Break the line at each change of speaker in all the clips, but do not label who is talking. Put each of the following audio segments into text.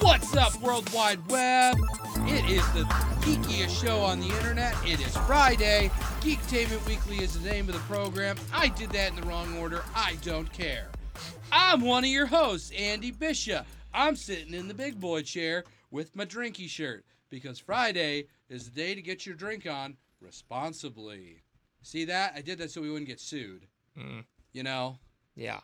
What's up, World Wide Web? It is the geekiest show on the internet. It is Friday. Geektainment Weekly is the name of the program. I did that in the wrong order. I don't care. I'm one of your hosts, Andy Bishop. I'm sitting in the big boy chair with my drinky shirt because Friday is the day to get your drink on responsibly. See that? I did that so we wouldn't get sued.
Mm.
You know?
Yeah.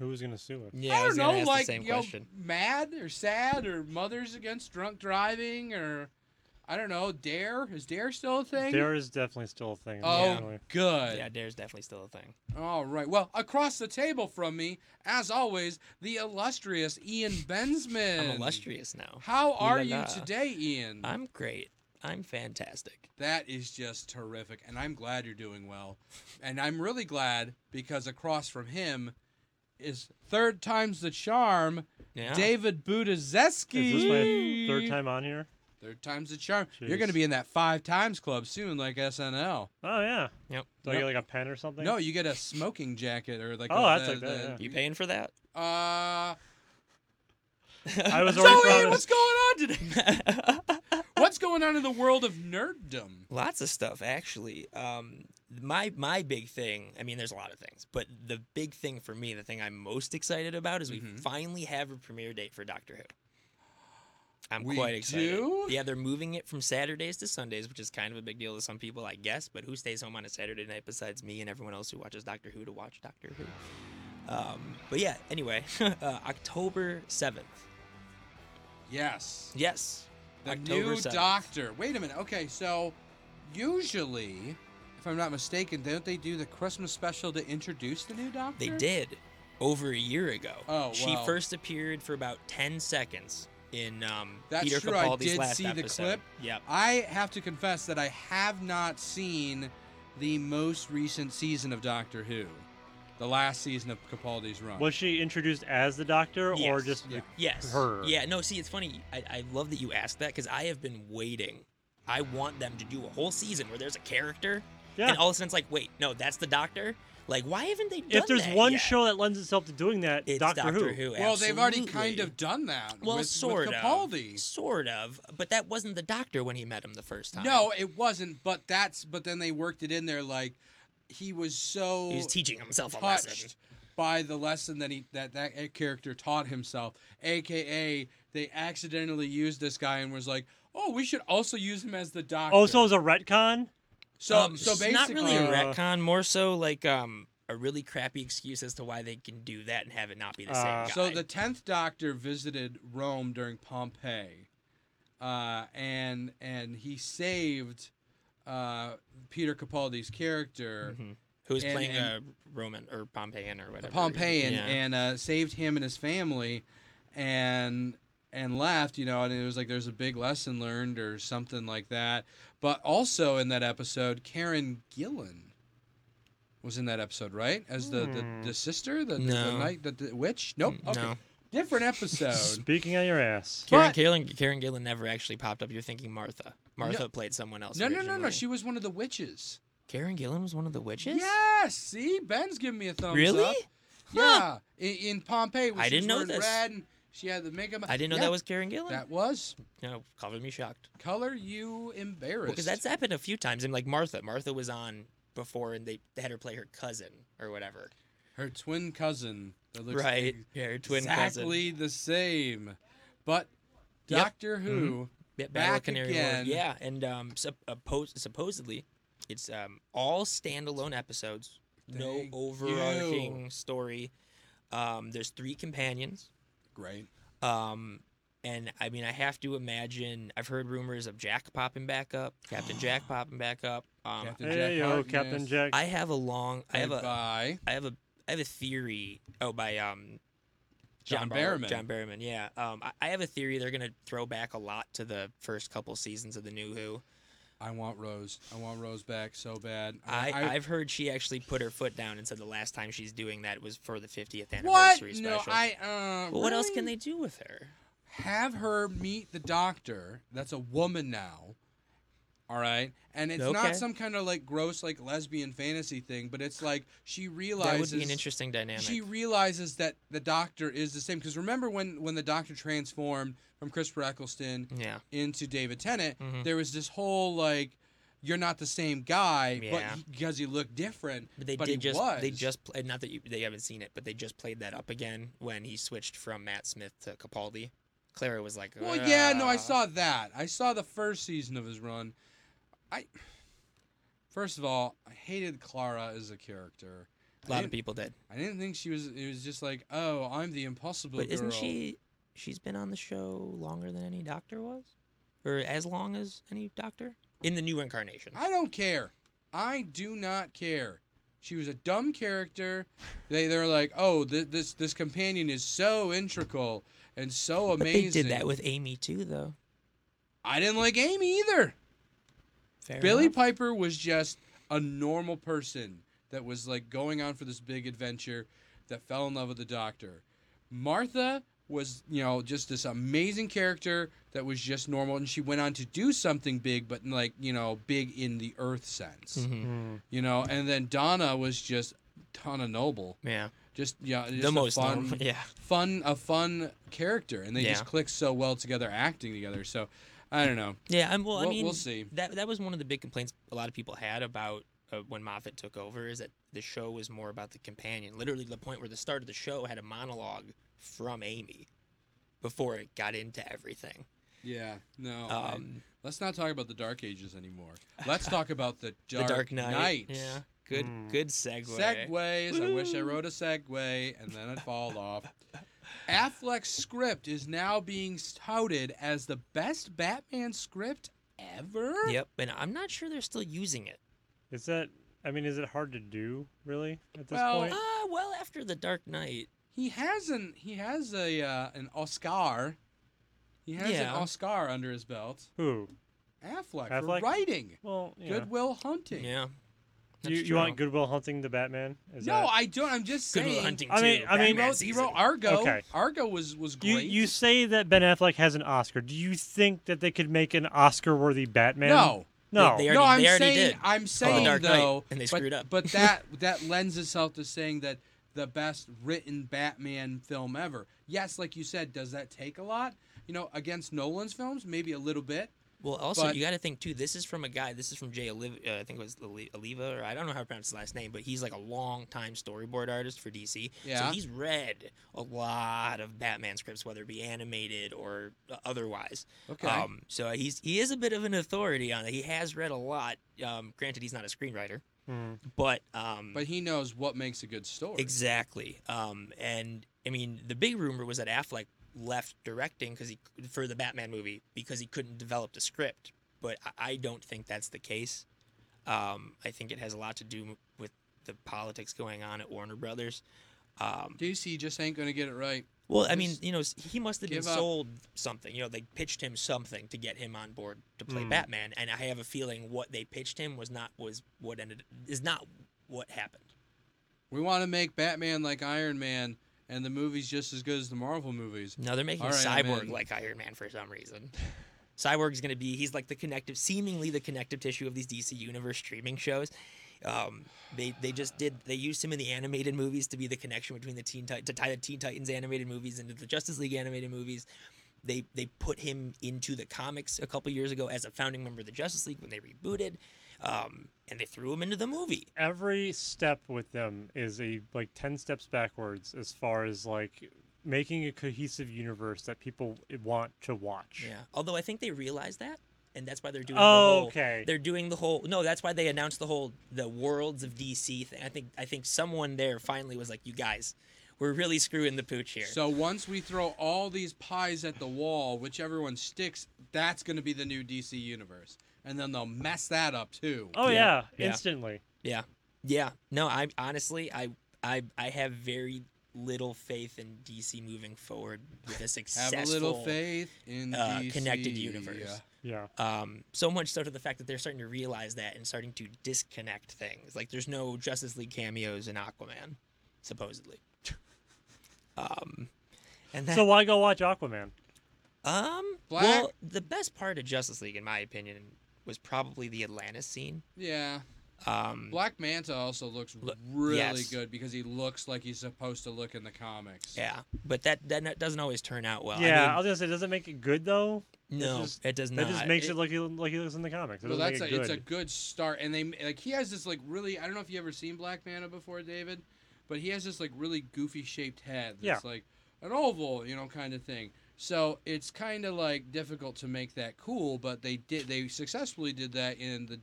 Who's gonna sue us?
Yeah. I,
I
was
don't
gonna
know,
ask
like
the same
you know,
question.
mad or sad or mothers against drunk driving or I don't know. Dare is Dare still a thing?
There is definitely still a thing.
oh,
apparently.
good.
Yeah, dare's definitely still a thing.
All right. Well, across the table from me, as always, the illustrious Ian Bensman.
I'm illustrious now.
How are
la
you
la.
today, Ian?
I'm great. I'm fantastic.
That is just terrific, and I'm glad you're doing well. And I'm really glad because across from him is third times the charm,
Yeah.
David Budazeski.
Is this my third time on here?
Third time's the charm. You're
Jeez.
going to be in that five times club soon, like SNL.
Oh yeah.
Yep.
Do I get like a pen or something?
No, you get a smoking jacket or like.
Oh,
a,
that's like
the-
that,
the-
You paying for that?
Uh,
I was already
so Ian, what's
promised.
going on today? What's going on in the world of nerddom?
Lots of stuff actually. Um, my my big thing. I mean, there's a lot of things, but the big thing for me, the thing I'm most excited about, is we
Mhm.
finally have a premiere date for Doctor Who. I'm
We
quite excited.
do?
Yeah, they're moving it from Saturdays to Sundays, which is kind of a big deal to some people, I guess. But who stays home on a Saturday night besides me and everyone else who watches Doctor Who to watch Doctor Who? Um, but yeah, anyway, uh, October seventh.
Yes,
Yes,
the
October
new
7th.
Doctor. Wait a minute. Okay, so usually, if I'm not mistaken, don't they do the Christmas special to introduce the new Doctor?
They did over a year ago.
Mm-hmm. Oh,
She
wow.
first appeared for about 10 seconds in um,
That's
Peter
true, I
Capaldi's
did
last
see the
episode.
clip.
Yep.
I have to confess that I have not seen the most recent season of Doctor Who, the last season of Capaldi's run.
Was she introduced as the Doctor or
Yes.
just
Yeah.
Yes.
her?
Yeah, no, see, it's funny. I, I love that you asked that because I have been waiting. I want them to do a whole season where there's a character,
Yeah.
and all of a sudden it's like, wait, no, that's the Doctor. Like, why haven't they done
if there's
that
one
yet?
show that lends itself to doing that,
it's
Doctor,
Who.
well, they've already kind
absolutely.
of done that
well,
with,
sort
with
of,
Capaldi.
sort of, but that wasn't the Doctor when he met him the first time.
No, it wasn't. But that's. But then they worked it in there. Like he was so
he was teaching himself a lesson.
touched by the lesson that he that that character taught himself. AKA, they accidentally used this guy and was like, "Oh, we should also use him as the doctor."
Oh, so it was a retcon.
so
Um,
so
it's
basically,
not really a
uh,
retcon, more so like um a really crappy excuse as to why they can do that and have it not be the same
Uh,
guy.
So the tenth Doctor visited Rome during Pompeii, uh, and and he saved uh, Peter Capaldi's character,
Mhm. who was
and-
playing
and-
a Roman or Pompeian or whatever?
Pompeian,
Yeah.
and uh, saved him and his family, and and left. You know, and it was like there's a big lesson learned or something like that. But also in that episode, Karen Gillan was in that episode, right? As the
Hmm.
the, the sister, the, the- the
No.
knight, the, the witch. Nope.
Mm,
Okay.
No,
Different episode.
Speaking on your ass.
Karen,
But-
Gillan, Karen Gillan never actually popped up. You're thinking Martha. Martha played someone else.
No, no, no, no.
originally.
She was one of the witches.
Karen Gillan was one of the witches.
Yes. See, Ben's giving me a thumbs
Really?
up.
Huh.
Yeah. In, in Pompeii, when
I
she
didn't know
was wearing
this.
red and she had the makeup.
I didn't know
Yeah,
that was Karen Gillan.
That was
No, covered me shocked.
color you embarrassed.
Because that's happened a few times. And like Martha, Martha was on before, and they they had her play her cousin or whatever.
her twin cousin. That looks
right. Yeah, her twin cousin.
exactly the same, but
Yep. Mm-hmm.
Doctor Who.
Yeah, Battle of
Back
Canary
again.
Wharf. Yeah, and um, sup- oppos- supposedly, it's um, all standalone episodes,
Thank
no overarching story. Um, there's three companions.
Great.
Um, and I mean, I have to imagine. I've heard rumors of Jack popping back up, Captain Jack popping back up. Um,
Captain Jack
Hey, yo,
Harkness.
Captain Jack.
I have a long. I have a.
Goodbye.
I have a. I have a theory. Oh, by um,
John
Barrow-
Barrowman.
John Barrowman, yeah. Um, I, I have a theory they're gonna throw back a lot to the first couple seasons of the New Who.
I want Rose. I want Rose back so bad.
I, I, have heard she actually put her foot down and said the last time she's doing that was for the 50th
what?
anniversary
No,
special.
I. Uh,
But what else
really?
can they do with her?
have her meet the doctor that's a woman now All right. And it's not
Okay.
some kind of like gross like lesbian fantasy thing, but it's like she
That
realizes
would be an interesting dynamic.
she realizes that the doctor is the same because remember when when the doctor transformed from Christopher Eccleston
yeah.
into David Tennant,
Mhm.
there was this whole like you're not the same guy,
Yeah.
but he, because you look different.
But they
but
did
he
just they
was.
just played not that you, they haven't seen it, but they just played that up again when he switched from Matt Smith to Capaldi. Clara was like,
Well, yeah, no, I
"Ugh."
saw that. I saw the first season of his run. I first of all, I hated Clara as a character.
a lot
I
of people did.
I didn't think she was. It was just like, oh, I'm the impossible
But
girl.
isn't she? She's been on the show longer than any doctor was, or as long as any doctor in the new incarnation.
I don't care. I do not care. She was a dumb character. They they're like, oh, th- this this companion is so integral and so
but
amazing.
they did that with Amy too, though.
I didn't like Amy either.
Fair
Billy
enough.
Piper was just a normal person that was like going on for this big adventure that fell in love with the doctor. Martha was, you know, just this amazing character that was just normal and she went on to do something big but like, you know, big in the earth sense.
Mhm.
Mm.
You know, and then Donna was just Donna Noble.
Yeah,
Just yeah, just
the
a
most
fun,
normal. Yeah,
fun a fun character and they
Yeah.
just click so well together acting together. So, I don't know.
yeah. I'm, well, I
We'll-
mean,
we'll see.
That that was one of the big complaints a lot of people had about uh, when Moffat took over is that the show was more about the companion. Literally, the point where the start of the show had a monologue from Amy before it got into everything.
Yeah. No. I-
um,
Let's not talk about the Dark Ages anymore. Let's talk about the Dark,
the Dark Knight.
Knight.
Yeah. Good.
Mm.
Good segue.
Segways. I wish I
Woo.
wrote a segue and then it fall off. Affleck's script is now being touted as the best Batman script ever.
Yep. And I'm not sure they're still using it.
Is that? I mean, is it hard to do really at this
Well,
point?
Ah, well, after the Dark Knight.
He has an he has a uh, an Oscar. He has
Yeah.
an Oscar under his belt.
Who?
Affleck, for
Affleck?
writing.
Well, yeah.
Goodwill Hunting.
Yeah.
you, you want Goodwill Hunting the Batman? Is
No,
that...
I don't. I'm just saying.
Goodwill Hunting
I mean-
too,
I mean-
He
Batman
wrote, he
season.
wrote Argo.
Okay.
Argo was was great.
You you say that Ben Affleck has an Oscar. Do you think that they could make an Oscar-worthy Batman?
No.
no.
They- they
no,
already-
I'm
already
saying
did.
I'm saying
Dark Knight,
though,
and they
but,
screwed up.
but that that lends itself to saying that the best written Batman film ever. Yes, like you said, does that take a lot? You know, against Nolan's films, maybe a little bit.
Well, also
But-
you got to think too. This is from a guy. This is from Jay Oliva. Uh, I think it was Oli- Oliva, or I don't know how to pronounce his last name, but he's like a long time storyboard artist for DC.
Yeah.
So he's read a lot of Batman scripts, whether it be animated or uh, otherwise.
Okay.
Um, so he's he is a bit of an authority on it. He has read a lot. Um, granted, he's not a screenwriter,
Hmm.
but um,
but he knows what makes a good story.
Exactly. Um, and I mean, the big rumor was that Affleck left directing because he for the Batman movie because he couldn't develop the script. But I- I don't think that's the case. Um, I think it has a lot to do with the politics going on at Warner Brothers. Um,
DC just ain't gonna get it right.
well, I mean,
Just
you know, s- he must have been
give up.
sold something. You know, they pitched him something to get him on board to play
Hmm.
Batman, and I have a feeling what they pitched him was not was what ended is not what happened.
We want to make Batman like Iron Man, and the movie's just as good as the Marvel movies.
No, they're making
All right, I'm
Cyborg
in.
like Iron Man for some reason. Cyborg's going to be, he's like the connective, seemingly the connective tissue of these DC Universe streaming shows. Um, they they just did, they used him in the animated movies to be the connection between the Teen Titans, to tie the Teen Titans animated movies into the Justice League animated movies. They, they put him into the comics a couple years ago as a founding member of the Justice League when they rebooted, um, and they threw him into the movie.
Every step with them is a like ten steps backwards as far as like making a cohesive universe that people want to watch.
Yeah. Although I think they realize that, and that's why they're doing. the
Oh,
whole,
okay.
They're doing the whole. No, that's why they announced the whole the worlds of DC thing. I think I think someone there finally was like, "You guys, we're really screwing the pooch here."
So once we throw all these pies at the wall, whichever one sticks, that's going to be the new DC universe, and then they'll mess that up too.
Oh
Yeah,
yeah,
yeah.
instantly.
yeah. Yeah. No, I honestly, I I I have very little faith in DC moving forward with a
Have
successful
a little faith in
uh,
DC.
connected universe.
Yeah.
Um, so much so to the fact that they're starting to realize that and starting to disconnect things. Like there's no Justice League cameos in Aquaman, supposedly. um, and that,
So why go watch Aquaman?
um,
Black-
well, the best part of Justice League, in my opinion, was probably the Atlantis scene.
Yeah.
Um,
Black Manta also looks
Look-
really
yes.
good because he looks like he's supposed to look in the comics.
yeah, but that that n- doesn't always turn out well.
yeah, I
I
was gonna say, does it make it good though?
mean, no,
it's just-
it does
That
not.
just makes it, like he like he looks in the comics. It
Well,
doesn't
that's
make
a,
it
it's a
good.
good start, and they like he has this like really I don't know if you ever seen Black Manta before, David, but he has this like really goofy shaped head.
Yeah.
It's like an oval, you know, kind of thing. So it's kind of like difficult to make that cool, but they did they successfully did that in the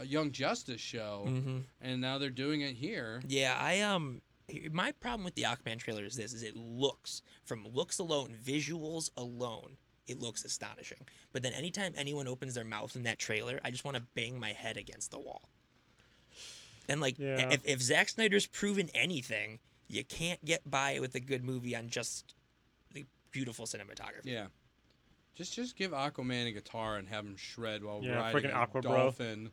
uh, Young Justice show,
Mm.
hmm
and now they're doing it here.
Yeah, I um, my problem with the Aquaman trailer is this: is it looks from looks alone, visuals alone, it looks astonishing. But then anytime anyone opens their mouth in that trailer, I just want to bang my head against the wall. And like,
Yeah.
if if Zack Snyder's proven anything, you can't get by with a good movie on just the beautiful cinematography.
Yeah. Just just give Aquaman a guitar and have him shred while
Yeah,
riding
frickin'
a
Aqua Bro.
dolphin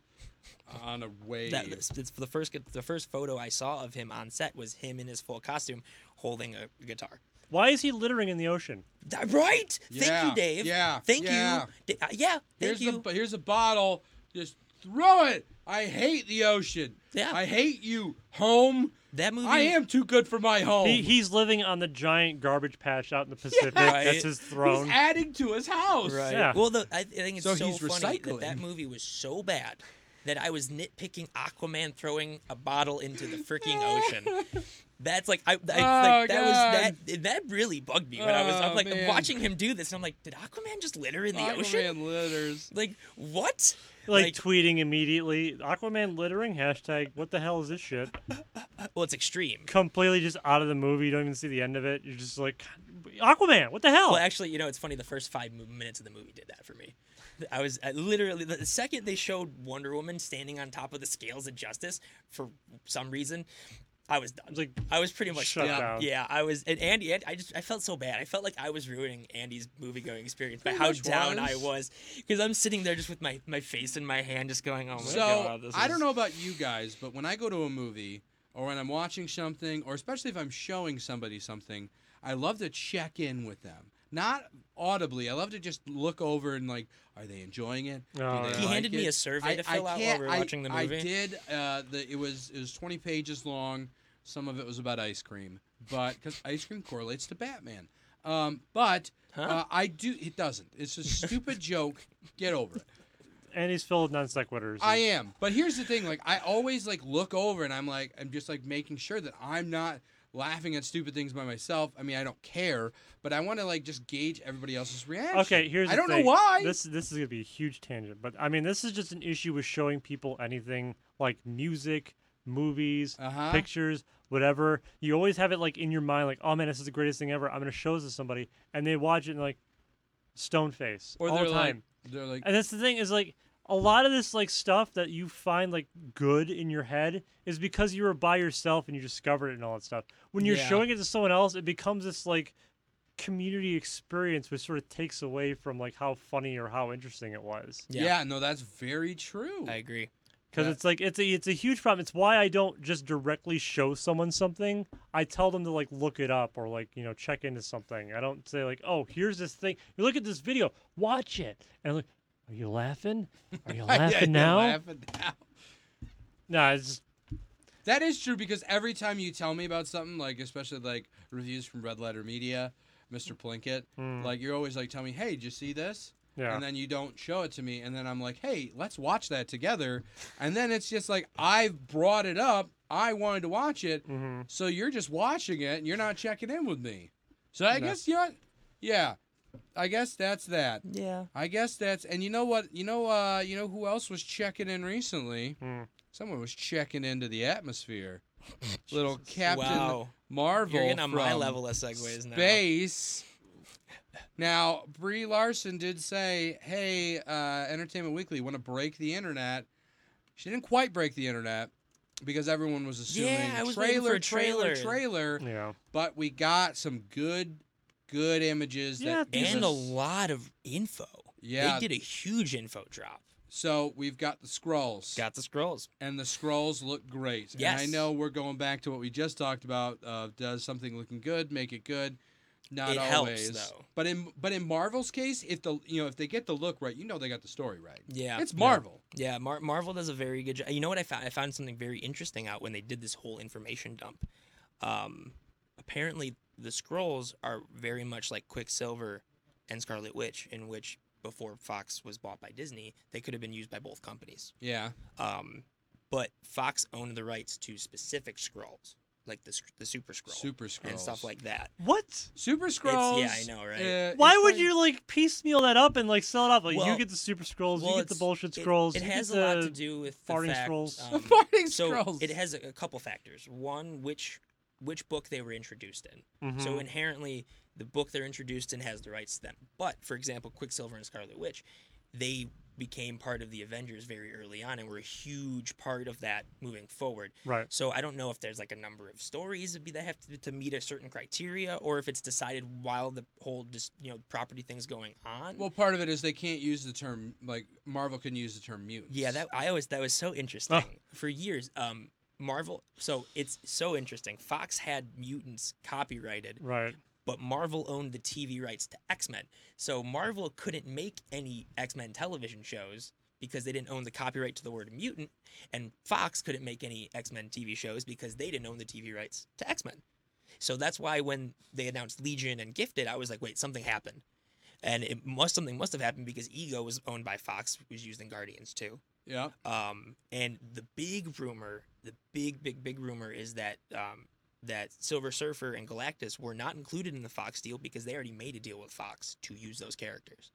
on a wave.
That, it's it's the first the first photo I saw of him on set was him in his full costume holding a guitar.
Why is he littering in the ocean?
That- Right? Thank
Yeah,
you, Dave.
yeah,
Thank
yeah.
you. D- uh, yeah. Thank
here's
you.
A, bo- here's a bottle. Just throw it. I hate the ocean.
Yeah.
I hate you, home.
that movie.
I am too good for my home.
Oh.
He, he's living on the giant garbage patch out in the Pacific.
Right.
That's his
He's
throne.
adding to his house.
Right.
Yeah.
Well, the, I, I think it's
So
so,
he's
funny that
recycling.
that movie was so bad that I was nitpicking Aquaman throwing a bottle into the freaking ocean. That's like I, I
Oh,
like, that
God.
was that that really bugged me when I was
Oh,
I'm like
man.
watching him do this and I'm like did Aquaman just litter in the ocean
Aquaman litters.
like what
like,
like-
tweeting immediately, Aquaman littering hashtag. What the hell is this shit?
well it's extreme
Completely just out of the movie. You don't even see the end of it. You're just like, "God, Aquaman. What the hell?
well actually you know it's funny the first five mo- minutes of the movie did that for me I was I literally the the second they showed Wonder Woman standing on top of the scales of justice for some reason I was done
It's like
I was pretty much
Shut
yeah,
down.
Yeah, I was, and Andy, and I just, I felt so bad. I felt like I was ruining Andy's movie going experience by
Pretty
how
much
down I
was.
was, because I'm sitting there just with my my face in my hand, just going, oh my
So
god, this
I
is-
don't know about you guys, but when I go to a movie or when I'm watching something, or especially if I'm showing somebody something, I love to check in with them. Not audibly. I love to just look over and like, are they enjoying it? Do
Oh,
they
yeah.
He
like
handed me
it?
a survey to fill out while
can't-
we were
I-
watching the movie.
I did. Uh, the, it was it was 20 pages long. Some of it was about ice cream, but because ice cream correlates to Batman. Um, but
Huh?
uh, I do. It doesn't. It's a stupid joke. Get over it.
and he's filled with non sequiturs.
I am. But here's the thing. Like I always like look over and I'm like I'm just like making sure that I'm not laughing at stupid things by myself. I mean I don't care, but I want to like just gauge everybody else's reaction.
Okay, here's
I
the
don't
thing.
know why.
This this is gonna be a huge tangent, but I mean this is just an issue with showing people anything like music, movies,
Uh-huh.
pictures, whatever. You always have it like in your mind, like, oh man, this is the greatest thing ever. I'm gonna show this to somebody, and they watch it and like stone face
or
all
they're
the
like
time.
they're like
And that's the thing is like a lot of this like stuff that you find like good in your head is because you were by yourself and you discovered it and all that stuff. When you're
Yeah.
showing it to someone else, it becomes this like community experience which sort of takes away from like how funny or how interesting it was.
yeah. no, that's very true.
I agree.
Because
Yeah.
it's like it's a it's a huge problem. It's why I don't just directly show someone something. I tell them to like look it up or like you know check into something. I don't say like oh here's this thing. You look at this video, watch it, and I'm like, are you laughing? Are you
Yeah,
laughing
you're
now?
laughing now.
Nah, it's just,
That is true because every time you tell me about something, like especially like reviews from Red Letter Media, Mr. Plinkett,
Mm.
like you're always like, tell me, hey, did you see this?
yeah.
And then you don't show it to me, and then I'm like, hey, let's watch that together. And then it's just like I've brought it up, I wanted to watch it,
hmm
so you're just watching it and you're not checking in with me. So I
No.
guess you, yeah, I guess that's that.
Yeah.
I guess that's and you know what you know uh you know who else was checking in recently?
Hmm.
Someone was checking into the atmosphere. Little Captain
wow.
Marvel
You're getting on
from
my level of segues now.
space. Now Brie Larson did say, "Hey, uh, Entertainment Weekly, want to break the internet?" She didn't quite break the internet because everyone was assuming
Yeah, I was waiting
trailer,
for a
trailer,
trailer."
trailer.
Yeah.
But we got some good, good images.
Yeah,
that give
And a
us-
lot of info.
yeah,
They did a huge info drop.
so we've got the scrolls,
Got the scrolls.
and the scrolls look great. And I
Yes.
know we're going back to what we just talked about. Uh, does something looking good make it good? Not
It helps,
always,
though.
but in but in Marvel's case, if the you know if they get the look right, you know they got the story right.
Yeah,
It's
yeah.
Marvel.
Yeah, Mar- Marvel does a very good job. You know what I found? I found something very interesting out when they did this whole information dump. Um, apparently, the scrolls are very much like Quicksilver and Scarlet Witch, in which before Fox was bought by Disney, they could have been used by both companies.
Yeah,
Um, but Fox owned the rights to specific scrolls, like the sc- the Super Scroll
Super Scrolls
and stuff like that.
What?
Super Scrolls.
know, right?
uh,
Why
it's
would
like-
you like piecemeal that up and like sell it up? Like
Well-
you get the super scrolls,
Well,
you get the
it's-
bullshit
it-
scrolls.
It,
you
has
get
a
the,
lot to do with the
farting
fact,
scrolls.
The
um,
farting
so
scrolls.
it has a, a couple factors. One, which which book they were introduced in.
Mhm.
So inherently, the book they're introduced in has the rights to them. But for example, Quicksilver and Scarlet Witch, they became part of the Avengers very early on and were a huge part of that moving forward.
right.
So I don't know if there's like a number of stories that'd be- that have to, to meet a certain criteria, or if it's decided while the whole just you know property thing's going on.
Well, part of it is they can't use the term like Marvel can use the term mutants.
Yeah, that I always that was so interesting. For years, um Marvel so it's so interesting. Fox had mutants copyrighted,
Right.
but Marvel owned the TV rights to X-Men. So Marvel couldn't make any X-Men television shows because they didn't own the copyright to the word mutant, and Fox couldn't make any X-Men TV shows because they didn't own the TV rights to X-Men. So that's why when they announced Legion and Gifted, I was like, wait, something happened. And it must something must have happened because Ego was owned by Fox, was used in Guardians too.
Yeah.
Um, and the big rumor, the big, big, big rumor is that um, that Silver Surfer and Galactus were not included in the Fox deal because they already made a deal with Fox to use those characters.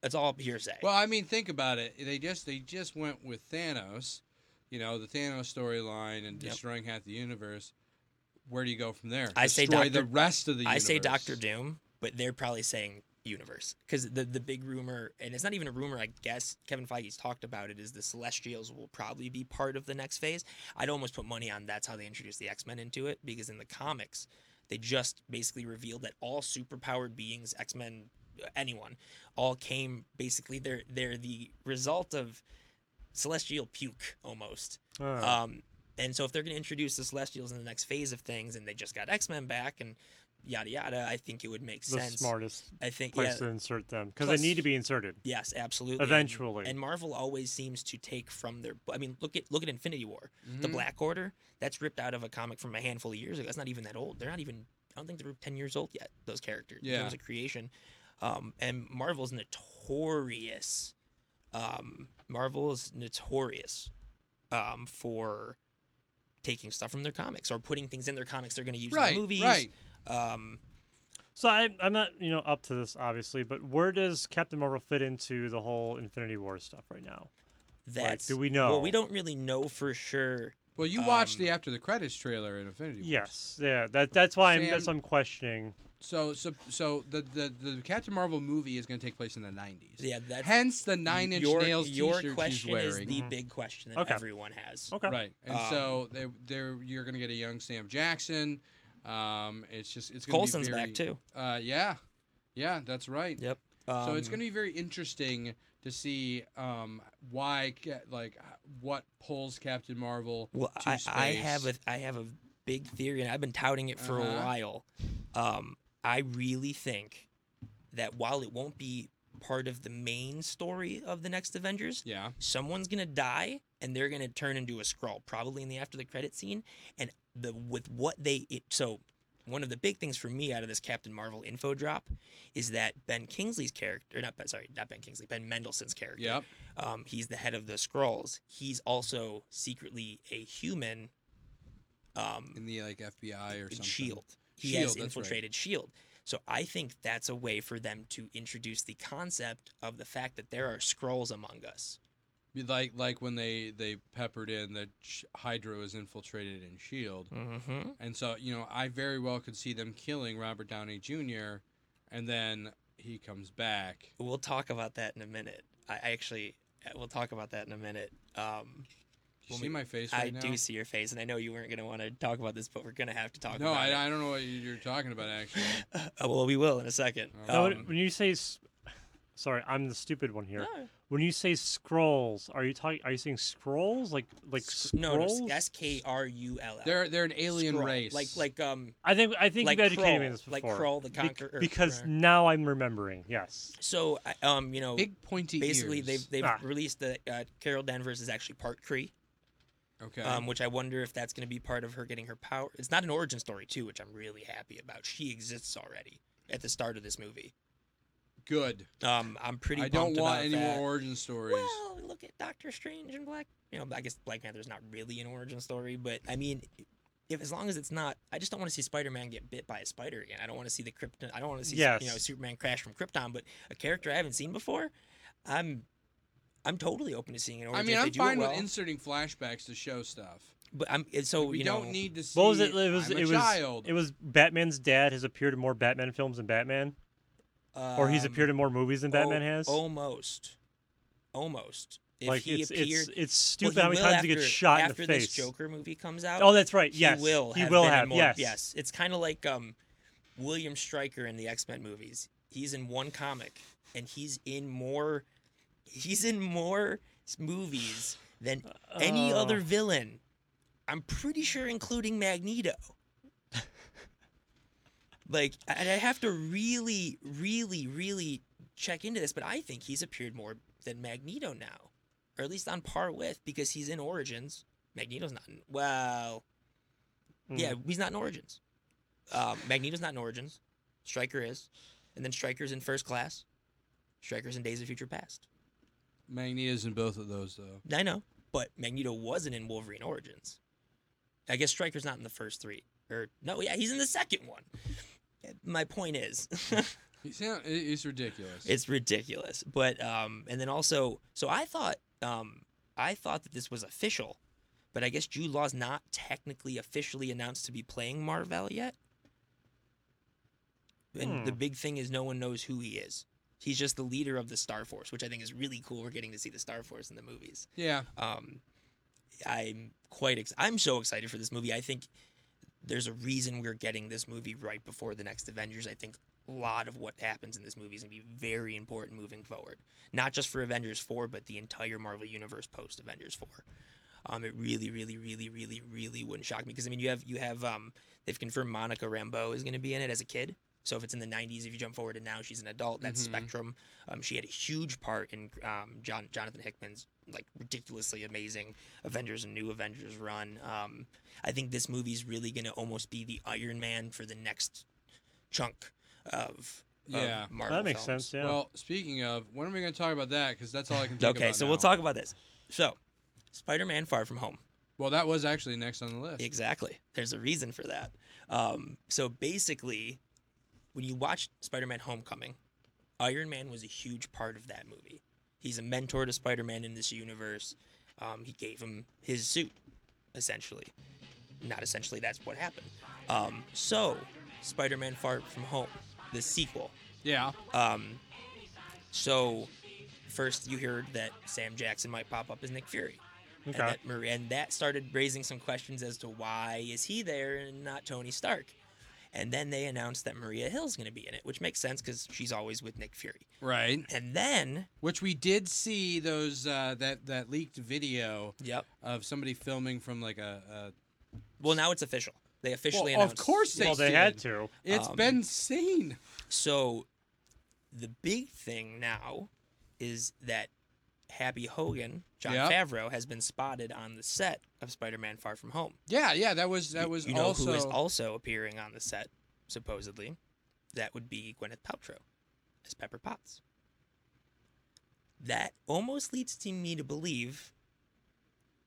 That's all hearsay.
Well, I mean, think about it. They just they just went with Thanos, you know, the Thanos storyline and
Yep.
destroying half the universe. Where do you go from there?
I say
Destroy the
Dr.
rest of the.
I say
universe.
Doctor Doom, but they're probably saying universe because the the big rumor, and it's not even a rumor. I guess Kevin Feige's talked about it. Is the Celestials will probably be part of the next phase? I'd almost put money on that's how they introduced the X Men into it because in the comics, they just basically revealed that all superpowered beings, X Men, anyone, all came basically they're they're the result of celestial puke almost.
Uh,
Um, and so if they're going to introduce the Celestials in the next phase of things, and they just got X Men back and yada yada, I think it would make
the
sense.
smartest
I think
place
yeah,
to insert them because
Plus-
they need to be inserted.
yes, absolutely. And-
Eventually.
and, Marvel always seems to take from their. I mean, look at look at Infinity War, the
Mhm.
Black Order. That's ripped out of a comic from a handful of years ago. That's not even that old. They're not even. I don't think they're ten years old yet. Those characters in
Yeah.
terms of creation, um, and Marvel's notorious. Um, Marvel is notorious um, for taking stuff from their comics or putting things in their comics they're going to use
Right.
in the movies.
Right.
Um,
So I, I'm not, you know, up to this obviously, but where does Captain Marvel fit into the whole Infinity War stuff right now?
that's
do we know?
Well, we don't really know for sure.
Well, you watched
Um,
the after the credits trailer in Infinity War.
Yes, yeah, that that's why I'm that's
Sam-
why I'm questioning.
So so so the the, the Captain Marvel movie is going to take place in the nineties.
Yeah, that's
Hence the nine inch
your,
nails
Your
T-shirt she's
question is
wearing.
the
Mhm.
big question that
Okay.
everyone has.
Okay,
Right. And
Um,
so they they're you're going to get a young Sam Jackson. Um, it's just it's going to be
Colson's
very,
back too.
Uh, yeah, yeah, that's right.
Yep. Um,
so it's going
to
to be very interesting to see um, why, ca- like, what pulls Captain Marvel.
Well,
to
I, I
space.
have a I have a big theory, and I've been touting it for a
Uh-huh.
while. Um, I really think that while it won't be part of the main story of the next Avengers,
Yeah,
someone's gonna die and they're gonna turn into a scroll probably in the after the credit scene and the with what they it, so one of the big things for me out of this captain marvel info drop is that ben kingsley's character not ben sorry not ben kingsley ben mendelsohn's character
yep.
um, he's the head of the scrolls he's also secretly a human um,
In the like FBI or
in
something.
Shield. He
Shield,
has
that's right.
infiltrated Shield. So I think that's a way for them to introduce the concept of the fact that there are scrolls among us.
Be Like like when they they peppered in that Sh- Hydra was infiltrated in Shield,
Mm-hmm.
E and so you know I very well could see them killing Robert Downey Jr. and then he comes back.
We'll talk about that in a minute. I I actually, uh, we'll talk about that in a minute. Um,
You
Well,
see
we-
my face right
I
now.
do see your face, and I know you weren't going to want to talk about this, but we're going to have to talk
no,
about
I,
it.
I don't know what you're talking about actually.
Uh, well, we will in a second.
All right.
Now,
Um,
when- when you say, s- sorry, I'm the stupid one here.
no,
When you say scrolls, are you talking? Are you saying scrolls? Like like
S-
scrolls?
No, no, S K R U L L.
They're they're an alien
Skrull.
race.
Like like um
I think I think
like
you've educated me
Kroll,
on this
like
before.
Kroll the
Bec-
Conqueror-
because
Conqueror.
now I'm remembering. Yes.
so I- um you know
big pointy
basically
ears.
they've they've
Ah.
released that uh, Carol Danvers is actually part Cree,
okay.
um which I wonder if that's going to be part of her getting her power. It's not an origin story too, which I'm really happy about. She exists already at the start of this movie.
Good.
Um I'm pretty
I don't
pumped
want
about
any
that.
more origin stories.
Well, look at Doctor Strange and Black. You know, I guess Black Panther's not really an origin story, but I mean, if as long as it's not, I just don't want to see Spider-Man get bit by a spider again. I don't want to see the Krypton. I don't want to see you know
Yes.
Superman crash from Krypton. But a character I haven't seen before, I'm, I'm totally open to seeing an
I
origin.
mean,
if they
I'm
do it
fine
well.
with inserting flashbacks to show stuff.
but I'm and so
we
you
don't
know,
need to see.
What was it? It was
I'm a
it was
child.
it was Batman's dad has appeared in more Batman films than Batman, or he's
um,
appeared in more movies than Batman
al-
has.
almost, almost. If
like
he
it's,
appeared,
it's it's
Well,
stupid
he
how many
will
times he gets
after-
shot in the
after
face.
this Joker movie comes out.
Oh, that's right.
he
Yes,
will.
He
have
will
been in
have.
more-
yes.
yes. It's kind of like um, William Stryker in the X Men movies. He's in one comic, and he's in more. He's in more s- movies than any
Oh.
other villain. I'm pretty sure, including Magneto. like, and I have to really, really, really check into this, but I think he's appeared more than Magneto now, or at least on par with, because he's in Origins. Magneto's not. In, well,
hmm.
yeah, he's not in Origins. Um, Magneto's not in Origins. Striker is, and then Striker's in First Class. Striker's in Days of Future Past.
Magneto's in both of those though.
I know, but Magneto wasn't in Wolverine Origins. I guess Striker's not in the first three. Or no, yeah, he's in the second one. My point is,
You sound, it- it's ridiculous.
It's ridiculous. But um, and then also, so I thought um, I thought that this was official, but I guess Jude Law's not technically officially announced to be playing Marvel yet. And the
Hmm.
big thing is no one knows who he is. He's just the leader of the Star Force, which I think is really cool. We're getting to see the Star Force in the movies.
yeah.
Um, I'm quite. Ex- I'm so excited for this movie. I think there's a reason we're getting this movie right before the next Avengers. I think a lot of what happens in this movie is gonna be very important moving forward, not just for Avengers four, but the entire Marvel universe post Avengers four. Um, it really, really, really, really, really wouldn't shock me because I mean, you have you have um, they've confirmed Monica Rambeau is gonna be in it as a kid. So if it's in the 90s, if you jump forward to now, she's an adult. That's
Mhm.
Spectrum. Um, she had a huge part in um, John Jonathan Hickman's like ridiculously amazing Avengers and New Avengers run. Um, I think this movie's really going to almost be the Iron Man for the next chunk of, of
Yeah.
Marvel.
that makes
films.
sense. Yeah.
Well, speaking of, when are we going to talk about that? Because that's all I can think about.
Okay, so we'll
now.
talk about this. So, Spider-Man: Far From Home.
Well, that was actually next on the list.
Exactly. There's a reason for that. Um, so basically, when you watch Spider-Man: Homecoming, Iron Man was a huge part of that movie. He's a mentor to Spider-Man in this universe. Um, he gave him his suit, essentially. Not essentially. That's what happened. Um, so, Spider-Man: Far From Home, the sequel.
Yeah.
Um, so, first you heard that Sam Jackson might pop up as Nick Fury.
okay.
And that, Marie- and that started raising some questions as to why is he there and not Tony Stark. And then they announced that Maria Hill's going to be in it, which makes sense because she's always with Nick Fury.
Right.
And then,
Which we did see those uh, that that leaked video
yep.
of somebody filming from like a.
Well, now it's official. They
a
officially
well, of
announced.
course they.
well, they
did.
had to.
It's
Um,
been seen.
So, the big thing now is that Happy Hogan, John
Yep.
Favreau, has been spotted on the set of Spider-Man: Far From Home.
Yeah. Yeah. That was that
You-
was
you know
also.
who is also appearing on the set supposedly that would be gwyneth paltrow as pepper potts that almost leads to me to believe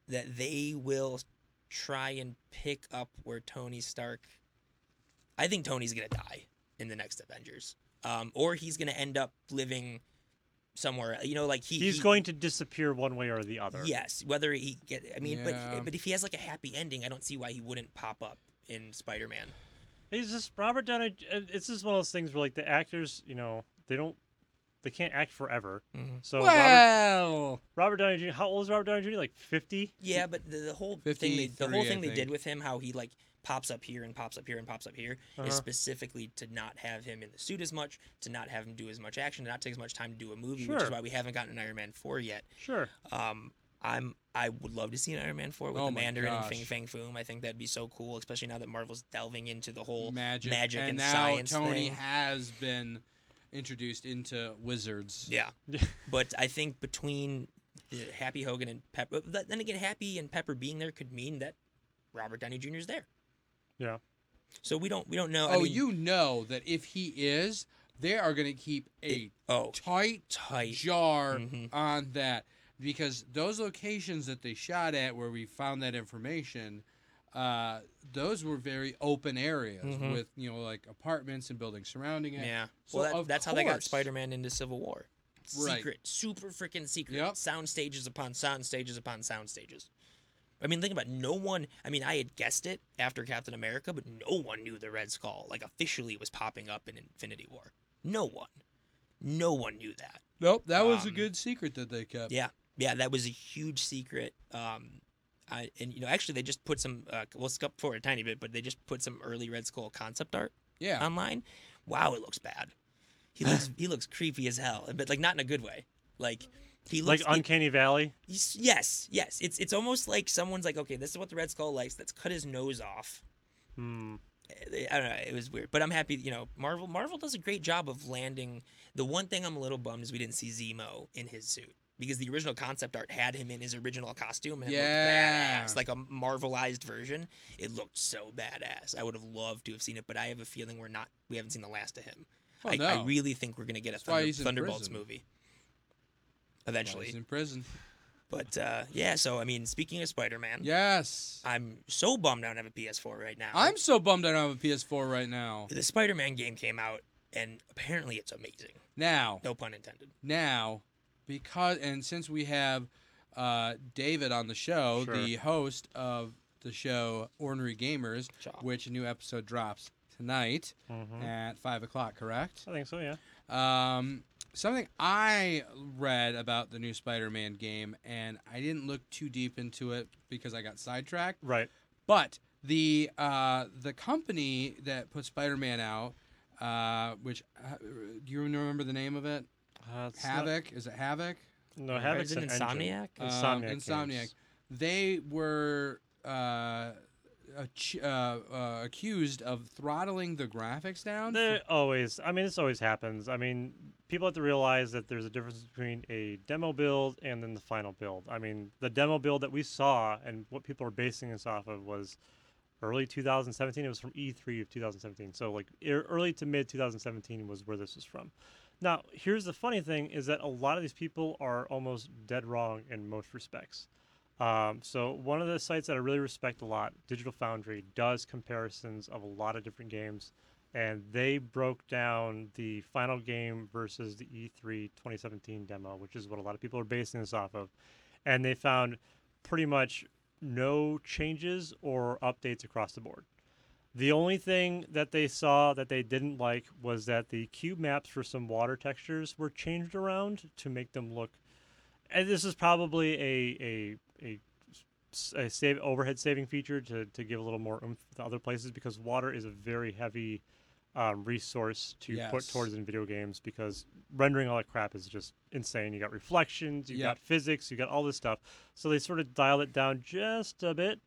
that they will try and pick up where tony stark i think tony's gonna die in the next avengers um, or he's gonna end up living somewhere you know like he,
He's
he-
going to disappear one way or the other.
Yes, whether he get. I mean,
Yeah.
but but if he has like a happy ending, I don't see why he wouldn't pop up in Spider Man.
He's just Robert Downey. uh, It's just one of those things where like the actors, you know, they don't, they can't act forever.
Mm-hmm.
So Robert,
well.
Robert Downey Jr. How old is Robert Downey Jr.? Like fifty.
Yeah, but the, the whole thing they, the
53, I
whole thing they
think.
did with him, how he like pops up here and pops up here and pops up here is
Uh-huh.
specifically to not have him in the suit as much, to not have him do as much action, to not take as much time to do a movie, which is
Sure.
why we haven't gotten an Iron Man four yet.
Sure.
Um, I'm I would love to see an Iron Man four with
Oh
the
my
Mandarin
gosh.
and Fing Fang Foom. I think that'd be so cool, especially now that Marvel's delving into the whole
magic,
magic
and,
and
now
science
Tony
thing.
has been introduced into wizards.
Yeah.
Yeah.
but I think between the Happy Hogan and Pepper, but then again, Happy and Pepper being there could mean that Robert Downey Jr. is there.
Yeah.
So we don't we don't know.
Oh,
I mean,
you know that if he is, they are going to keep a
oh
tight
tight.
jar
Mhm.
on that because those locations that they shot at where we found that information uh, those were very open areas
Mhm.
with you know like apartments and buildings surrounding it
Yeah.
So,
well,
of
that, that's how they got
course-
Spider-Man into Civil War.
Right.
Secret, super freaking secret.
Yep.
Sound stages upon sound stages upon sound stages. I mean, think about it. no one. I mean, I had guessed it after Captain America, but no one knew the Red Skull like officially was popping up in Infinity War. No one, no one knew that.
nope that was a
Um,
good secret that they kept
Yeah. Yeah, that was a huge secret. Um, I, and you know, actually, they just put some. Uh, we'll skip forward a tiny bit, but they just put some early Red Skull concept art
yeah
online. Wow, it looks bad. He looks he looks creepy as hell, but like not in a good way. Like he
Like
looks
Uncanny Valley.
he's- yes, yes. It's it's almost like someone's like, okay, this is what the Red Skull likes. Let's cut his nose off. Eh,
Hmm.
I don't know. It was weird, but I'm happy. You know, Marvel Marvel does a great job of landing. The one thing I'm a little bummed is we didn't see Zemo in his suit because the original concept art had him in his original costume and it
Yeah.
looked badass, like a Marvelized version. It looked so badass. I would have loved to have seen it, but I have a feeling we're not. We haven't seen the last of him.
Oh,
I,
no.
I really think we're gonna get a
That's why
Thunder,
he's in
Thunderbolts
prison.
movie
While he's
eventually.
in prison
But uh, yeah, so I mean, speaking of Spider-Man,
yes
I'm so bummed I don't have a PS4 right now.
i'm so bummed i don't have a ps4 right now
The Spider-Man game came out, and apparently it's amazing.
now
No pun intended.
now because and since we have uh, David on the show,
Sure.
the host of the show Ordinary Gamers,
Chop.
which a new episode drops tonight
Mhm.
at five o'clock, correct?
I think so. Yeah.
Um, something I read about the new Spider-Man game, and I didn't look too deep into it because I got sidetracked.
Right.
But the uh, the company that put Spider-Man out, uh, which uh, do you remember the name of it?
Uh, it's not-
Havoc? Is it Havoc?
no, Havoc's
Is it
an engine.
Insomniac?
Uh,
Insomniac.
Insomniac.
games.
they were uh, ac- uh, uh, accused of throttling the graphics down.
They always. I mean, this always happens. I mean, people have to realize that there's a difference between a demo build and then the final build. I mean, the demo build that we saw and what people are basing this off of was early 2017. It was from E3 of 2017. So like ear- early to mid 2017 was where this was from. Now, here's the funny thing: is that a lot of these people are almost dead wrong in most respects. Um, so one of the sites that I really respect a lot, Digital Foundry, does comparisons of a lot of different games, and they broke down the final game versus the E E3 2017 demo, which is what a lot of people are basing this off of, and they found pretty much no changes or updates across the board. The only thing that they saw that they didn't like was that the cube maps for some water textures were changed around to make them look. And this is probably a a a, s- a save overhead saving feature to, to give a little more oomph to other places because water is a very heavy um, resource to put
Yes.
towards in video games because rendering all that crap is just insane. You got reflections, you
Yeah.
got physics, you got all this stuff. So they sort of dial it down just a bit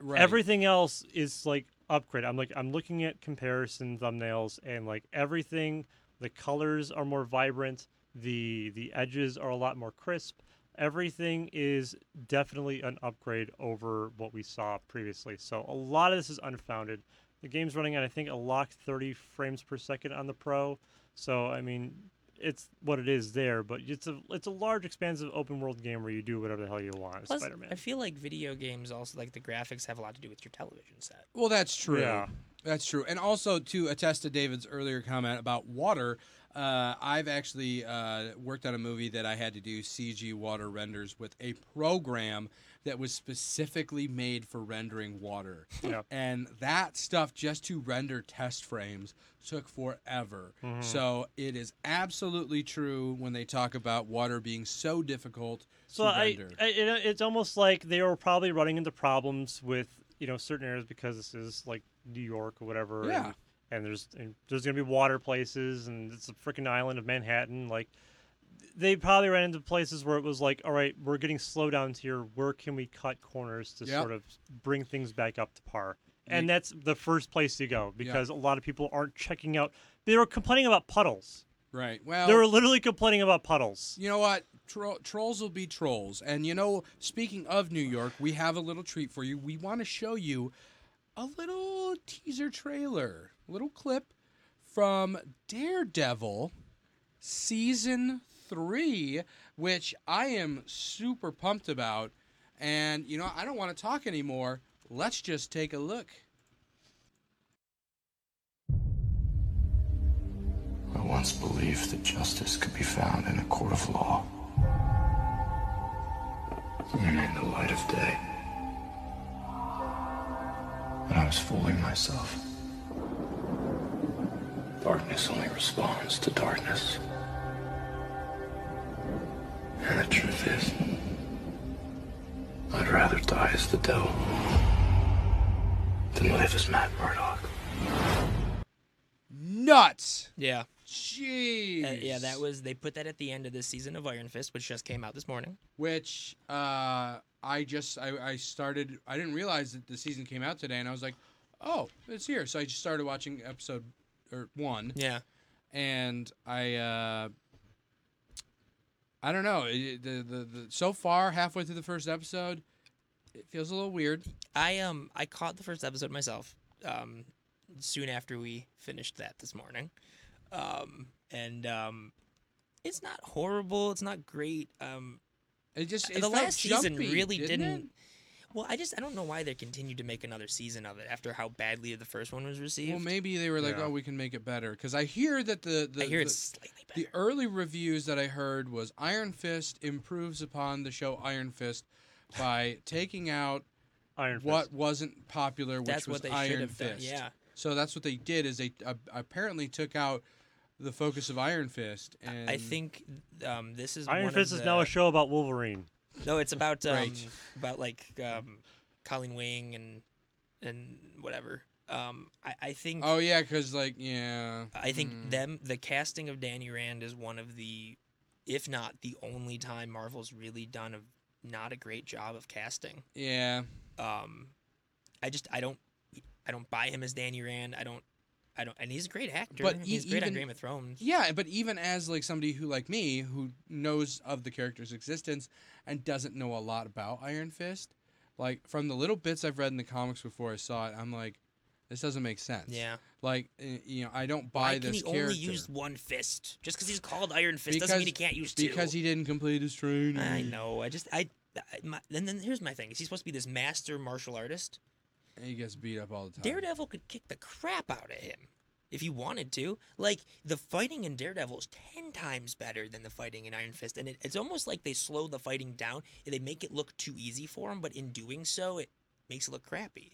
right.
everything else is like upgrade. I'm like I'm looking at comparison thumbnails and like everything the colors are more vibrant, the the edges are a lot more crisp. Everything is definitely an upgrade over what we saw previously. So a lot of this is unfounded. The game's running at I think a lock 30 frames per second on the Pro. So I mean it's what it is there, but it's a it's a large, expansive open world game where you do whatever the hell you want.
Plus,
Spider Man.
I feel like video games also like the graphics have a lot to do with your television set.
Well, that's true.
Yeah.
That's true. And also to attest to David's earlier comment about water, uh, I've actually uh, worked on a movie that I had to do CG water renders with a program that was specifically made for rendering water.
Yeah.
And that stuff just to render test frames took forever.
Mhm.
So it is absolutely true when they talk about water being so difficult
So
to
I,
render.
I it, it's almost like they were probably running into problems with you know certain areas because this is like New York or whatever.
Yeah.
And, and there's and there's gonna be water places, and it's a freaking island of Manhattan. Like they probably ran into places where it was like, all right, we're getting slowdowns here. Where can we cut corners to
Yeah.
sort of bring things back up to par?
Ye-
And that's the first place to go because a lot of people aren't checking out. They were complaining about puddles.
Right. Well,
They were literally complaining about puddles.
You know what? Tro- trolls will be trolls. And you know, speaking of New York, we have a little treat for you. We want to show you a little teaser trailer, a little clip from Daredevil season 3, which I am super pumped about. And you know, I don't want to talk anymore. Let's just take a look.
I once believed that justice could be found in a court of law. And in the light of day. And I was fooling myself. Darkness only responds to darkness. And the truth is, I'd rather die as the devil than live as Matt Murdock.
Nuts.
Yeah.
Jeez.
Uh, yeah, that was they put that at the end of this season of Iron Fist, which just came out this morning.
which uh, I just I, I started I didn't realize that the season came out today, and I was like, oh, it's here. So I just started watching episode or one,
Yeah.
and I uh, I don't know it- the, the the so far halfway through the first episode, it feels a little weird.
I um I caught the first episode myself um soon after we finished that this morning. Um and um it's not horrible, it's not great. Um
It just it
the
felt
last season
jumpy,
really
didn't. it?
Well, I just I don't know why they continued to make another season of it after how badly the first one was received.
Well, maybe they were like,
Yeah.
oh, we can make it better because I hear that the, the
I hear
the,
it's slightly better.
The early reviews that I heard was Iron Fist improves upon the show Iron Fist by taking out
Iron Fist.
what wasn't popular, which
That's
was
what they should
Iron
have done,
Fist.
yeah.
So that's what they did is they uh, apparently took out the focus of Iron Fist and
I think um, this is
Iron
one
Fist
of
is
the,
now a show about Wolverine.
No, it's about um,
Right.
about like um, Colleen Wing and and whatever. Um, I, I think
Oh yeah, because like yeah,
I think
hmm.
them the casting of Danny Rand is one of the, if not the only time Marvel's really done a not a great job of casting.
yeah.
Um, I just I don't I don't buy him as Danny Rand. I don't I don't and he's a great actor.
But e-
he's great on
even-
Game of Thrones.
Yeah, but even as like somebody who like me who knows of the character's existence and doesn't know a lot about Iron Fist, like from the little bits I've read in the comics before I saw it, I'm like, this doesn't make sense.
Yeah.
Like eh, you know, I don't buy
Why can
this
he
character
only use one fist? Just because he's called Iron Fist doesn't mean he can't use two.
because he didn't complete his training.
I
Mm.
know. I just I. I my, and then here's my thing: Is he supposed to be this master martial artist?
And he gets beat up all the time.
Daredevil could kick the crap out of him if he wanted to. Like the fighting in Daredevil is ten times better than the fighting in Iron Fist, and it, it's almost like they slow the fighting down. and They make it look too easy for him, but in doing so, it makes it look crappy.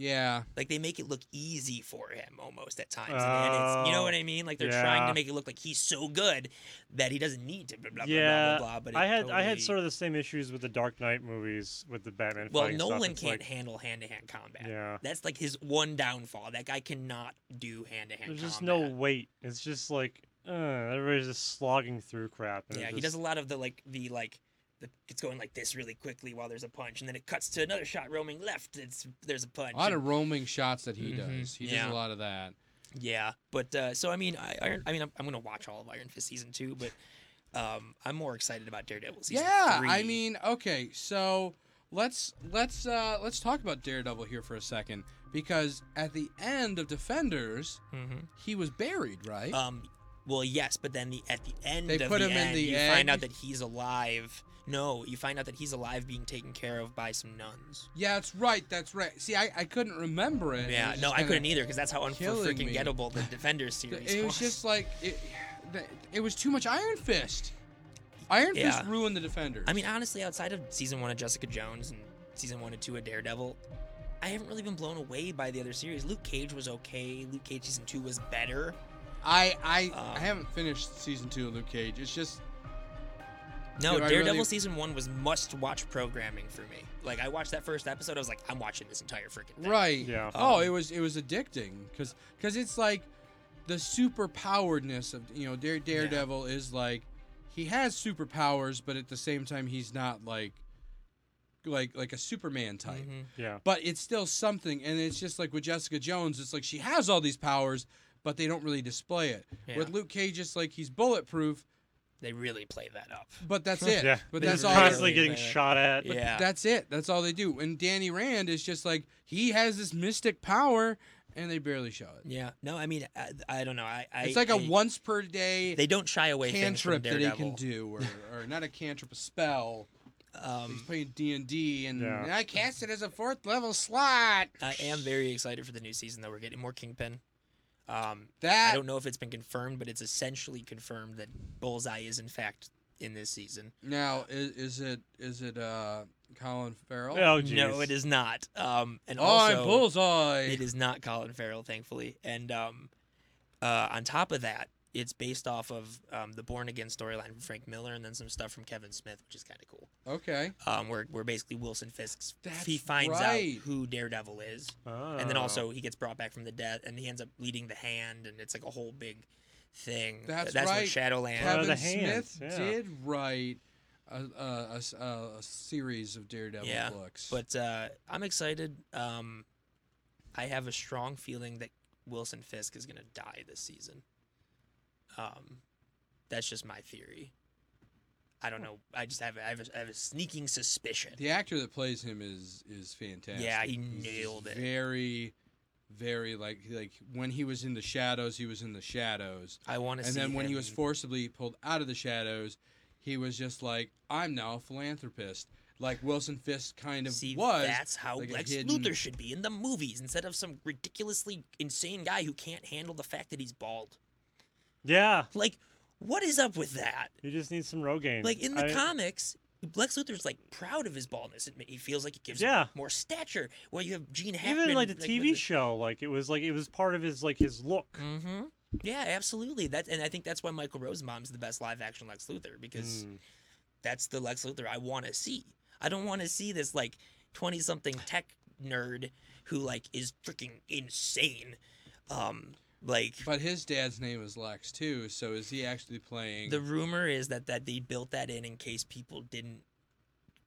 Yeah,
Like they make it look easy for him almost at times. and it's, you know
Oh,
what I mean? Like they're trying
yeah.
to make it look like he's so good that he doesn't need to blah blah blah, blah
Yeah,
blah blah. But
I
it
had I had
totally-
sort of the same issues with the Dark Knight movies with the Batman.
Well,
fighting stuff.
Nolan
It's
can't
like,
handle hand to hand combat.
Yeah.
That's like his one downfall. That guy cannot do hand to hand combat.
There's just no weight. It's just like uh, everybody's just slogging through crap. and it
Yeah, he
just-
does a lot of the like the like the, it's going like this really quickly while there's a punch and then it cuts to another shot roaming left. It's there's a punch.
a lot
and-
of roaming shots that he
Mhm,
does. He
yeah.
does a lot of that.
Yeah, but uh, so I mean, I Iron, I mean, I'm, I'm gonna watch all of Iron Fist season two, but um, I'm more excited about Daredevil season.
yeah, I
three.
mean, okay, so let's let's uh let's talk about Daredevil here for a second because at the end of Defenders,
Mhm.
he was buried, right?
um, well, yes, but then the at the end
They
of
put
the
him in
end,
the
you find out
egg?
that he's alive. No, you find out that he's alive, being taken care of by some nuns.
yeah, that's right. That's right. See, I, I couldn't remember it.
Yeah, no, I couldn't either because that's how
killing
unfreaking
me.
gettable the Defenders series
It was
was.
just like it, it was too much Iron Fist. Iron Fist
Yeah.
ruined the Defenders.
I mean, honestly, outside of season one of Jessica Jones and season one and two of Daredevil, I haven't really been blown away by the other series. Luke Cage was okay. Luke Cage season two was better.
I I,
Um,
I haven't finished season two of Luke Cage. It's just
No,
Do I
Daredevil
really-
season one was must-watch programming for me. Like I watched that first episode, I was like, I'm watching this entire freaking thing.
Right.
Yeah.
Oh,
Um,
it was it was addicting because it's like the super poweredness of you know Dare, Daredevil is like he has superpowers, but at the same time he's not like like like a Superman type.
Mm-hmm.
Mhm.
Yeah.
But it's still something, and it's just like with Jessica Jones, it's like she has all these powers, but they don't really display it. With
Yeah.
Luke Cage, it's like he's bulletproof,
They really play that up.
but that's it.
Yeah.
But
They
that's all.
really
they-
Constantly getting
Yeah.
shot at.
yeah.
that's it. That's all they do. And Danny Rand is just like he has this mystic power, and they barely show it.
yeah. No, I mean, I, I don't know. I, I
It's like a
I-
once per day
They don't shy away things from
cantrip that he
Daredevil.
can do, or, or not a cantrip, a spell. He's
Um,
playing D and D, and
Yeah.
I cast it as a fourth level slot.
I am very excited for the new season though. We're getting more Kingpin. Um, I
that.
don't know if it's been confirmed, but it's essentially confirmed that Bullseye is in fact in this season.
Now is, is it is it uh Colin Farrell?
Oh, geez.
No, it is not. Um, and
Oh,
also,
I'm Bullseye.
It is not Colin Farrell, thankfully. And um, uh, on top of that, it's based off of um, the Born Again storyline from Frank Miller and then some stuff from Kevin Smith, which is kind of cool.
Okay.
Um, where, where basically Wilson Fisk's
That's
he finds
right.
out who Daredevil is, and then
Oh.
also he gets brought back from the dead, and he ends up leading the hand, and it's like a whole big thing.
That's
That's
right.
when Shadowland.
Out of
Kevin
the hands,
Smith
yeah.
did write a, a- a s- a- a series of Daredevil
Yeah,
books.
But uh, I'm excited. Um, I have a strong feeling that Wilson Fisk is going to die this season. Um, that's just my theory. I don't know. I just have I have a, I have a sneaking suspicion.
the actor that plays him is is fantastic.
Yeah, he
He's just
nailed it.
Very, very like like when he was in the shadows, he was in the shadows.
I want to
and
see.
then when he
him-
was forcibly pulled out of the shadows, he was just like, "I'm now a philanthropist," like Wilson Fisk kind of
see,
was.
that's how
like a
Lex
hidden-
Luthor should be in the movies instead of some ridiculously insane guy who can't handle the fact that he's bald.
Yeah.
Like, what is up with that?
You just need some Rogaine.
Like in the
I-
comics, Lex Luthor's like proud of his baldness. It, ma- he feels like it gives
Yeah.
him more stature. Well, you have Gene Hackman.
Even like the TV
show.
show, like it was like it was part of his like his look.
Mm-hmm. Yeah, absolutely. That and I think that's why Michael Rosenbaum's the best live action Lex Luthor because
Mm.
that's the Lex Luthor I want to see. I don't want to see this like twenty something tech nerd who like is freaking insane. Um, like
But his dad's name is Lex too, so is he actually playing?
The rumor is that that they built that in in case people didn't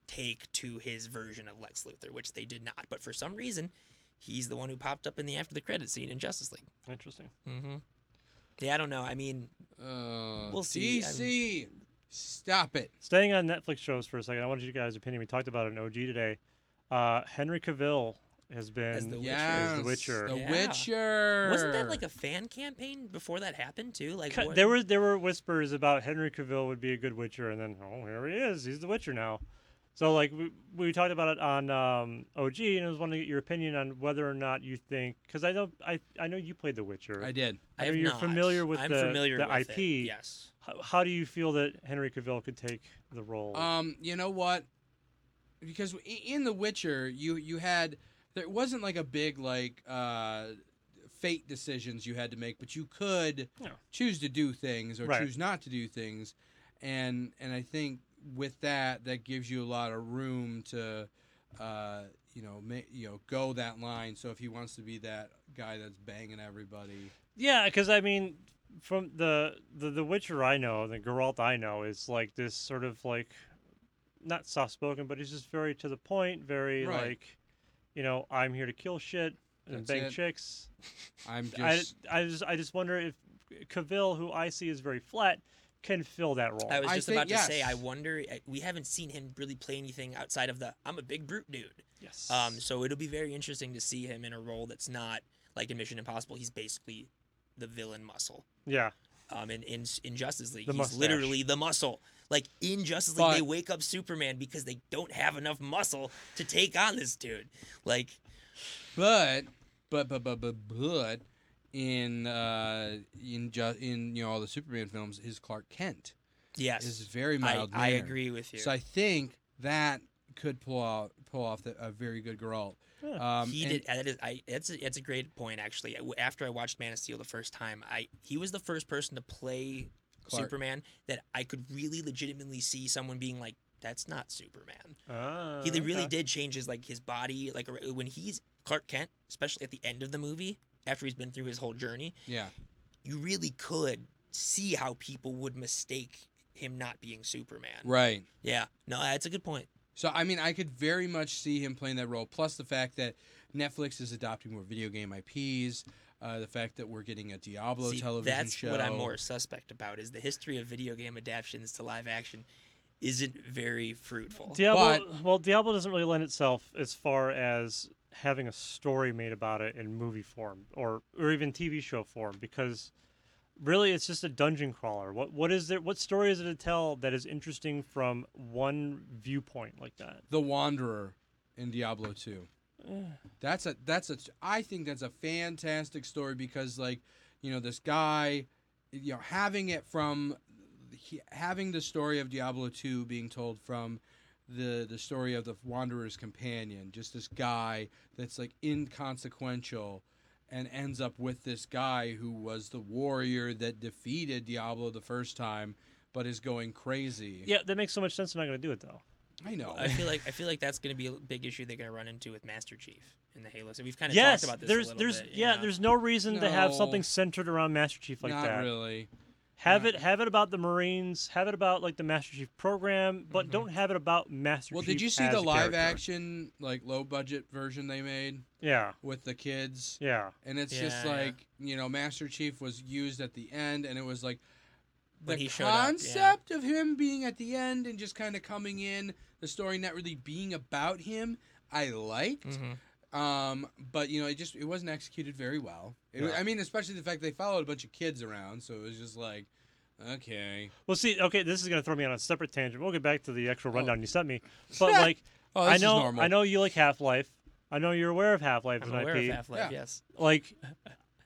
take to his version of Lex Luthor, which they did not. But for some reason, he's the one who popped up in the after the credit scene in Justice League.
Interesting.
Mm-hmm. Yeah, I don't know. I mean,
uh,
We'll see, I
DC, stop it.
Staying on Netflix shows for a second, I wanted you guys' opinion. We talked about it in OG today. Uh, Henry Cavill has been
The Witcher.
Yes,
The Witcher.
The
Yeah.
Witcher.
wasn't that like a fan campaign before that happened too? Like,
Ca-
what-
There were there were whispers about Henry Cavill would be a good Witcher, and then oh here he is, he's the Witcher now. So like we, we talked about it on um, OG, and I was wanting to get your opinion on whether or not you think because I know I I know you played the Witcher.
I did.
I
I
have
know you're
not.
familiar with
I'm
the-
familiar
the
with it,
IP.
Yes.
how, how do you feel that Henry Cavill could take the role?
Um, you know what? Because i- in The Witcher, you you had there wasn't like a big like uh, fate decisions you had to make, but you could
No.
choose to do things or
Right.
choose not to do things, and and I think with that that gives you a lot of room to. Uh, you know, ma- you know, go that line. So if he wants to be that guy that's banging everybody,
Yeah, because I mean, from the, the the Witcher I know, the Geralt I know is like this sort of like, not soft spoken, but he's just very to the point, very
Right.
like, you know, I'm here to kill shit and
That's
bang
it.
chicks.
I'm just.
I I just I just wonder if Cavill, who I see is very flat, can fill that role.
I was
I
just
think
about to say, I
yes.
wonder. I- We haven't seen him really play anything outside of the "I'm a big brute dude."
yes.
Um, so it'll be very interesting to see him in a role that's not like in Mission Impossible. He's basically the villain muscle.
yeah.
Um, in in, in Justice League,
The
he's
mustache.
literally the muscle. Like in Justice League, they
But-
wake up Superman because they don't have enough muscle to take on this dude. Like,
But but but but but but in uh, in ju- in you know all the Superman films, his Clark Kent
yes,
is very
I,
mild.
I
mannered.
agree with you.
So I think that could pull out pull off the, a very good Geralt. Um,
he
and-
did. That is, I, that's a, that's a great point actually. I- After I watched Man of Steel the first time, I he was the first person to play
Clark.
Superman that I could really legitimately see someone being like, "That's not Superman."
Ah,
He
Uh,
okay.
really did change his like his body, like ar- when he's Clark Kent, especially at the end of the movie after he's been through his whole journey.
Yeah.
You really could see how people would mistake him not being Superman.
Right.
Yeah, no, that's a good point.
So I mean, I could very much see him playing that role. Plus the fact that Netflix is adopting more video game IPs, uh, the fact that we're getting a Diablo
See,
television
that's
show.
what I'm more suspect about is the history of video game adaptations to live action isn't very fruitful.
Diablo. well, Diablo doesn't really lend itself as far as having a story made about it in movie form or or even TV show form because really it's just a dungeon crawler. What what is there? What story is it to tell that is interesting from one viewpoint like that?
The Wanderer in Diablo 2. That's a that's a I think that's a fantastic story because like, you know, this guy, you know, having it from he, having the story of Diablo 2 being told from the the story of the wanderer's companion, just this guy that's like inconsequential and ends up with this guy who was the warrior that defeated Diablo the first time but is going crazy.
Yeah, that makes so much sense. I'm not gonna do it though.
I know.
I feel like I feel like that's going to be a big issue they're going to run into with Master Chief in the Halo. So we've kind of
yes,
talked about this. a
there's
little
there's
bit, you
yeah,
know?
there's no reason to have something
No.
centered around Master Chief like
Not
that.
really.
Have
Yeah.
it have it about the Marines, have it about like the Master Chief program, but don't have it about Master
Mm-hmm. Well,
Chief.
did you see
as
the
a
live
character.
action, like low budget version they made
Yeah.
with the kids?
Yeah.
And it's just
Yeah, yeah.
like, you know, Master Chief was used at the end, and it was like the
When he showed up, yeah.
concept of him being at the end and just kind of coming in, the story not really being about him, I liked.
Mm-hmm.
Mhm.
Um, but you know, it just it wasn't executed very well. It,
Yeah.
I mean, especially the fact they followed a bunch of kids around, so it was just like, okay,
Well, see, okay, this is gonna throw me on a separate tangent. We'll get back to the actual rundown you sent me, but like,
oh,
I
this is
know,
normal.
I know you like Half Life. I know you're aware of Half Life as
I'm
an
aware
IP.
of Half Life.
Yeah.
Yes.
like,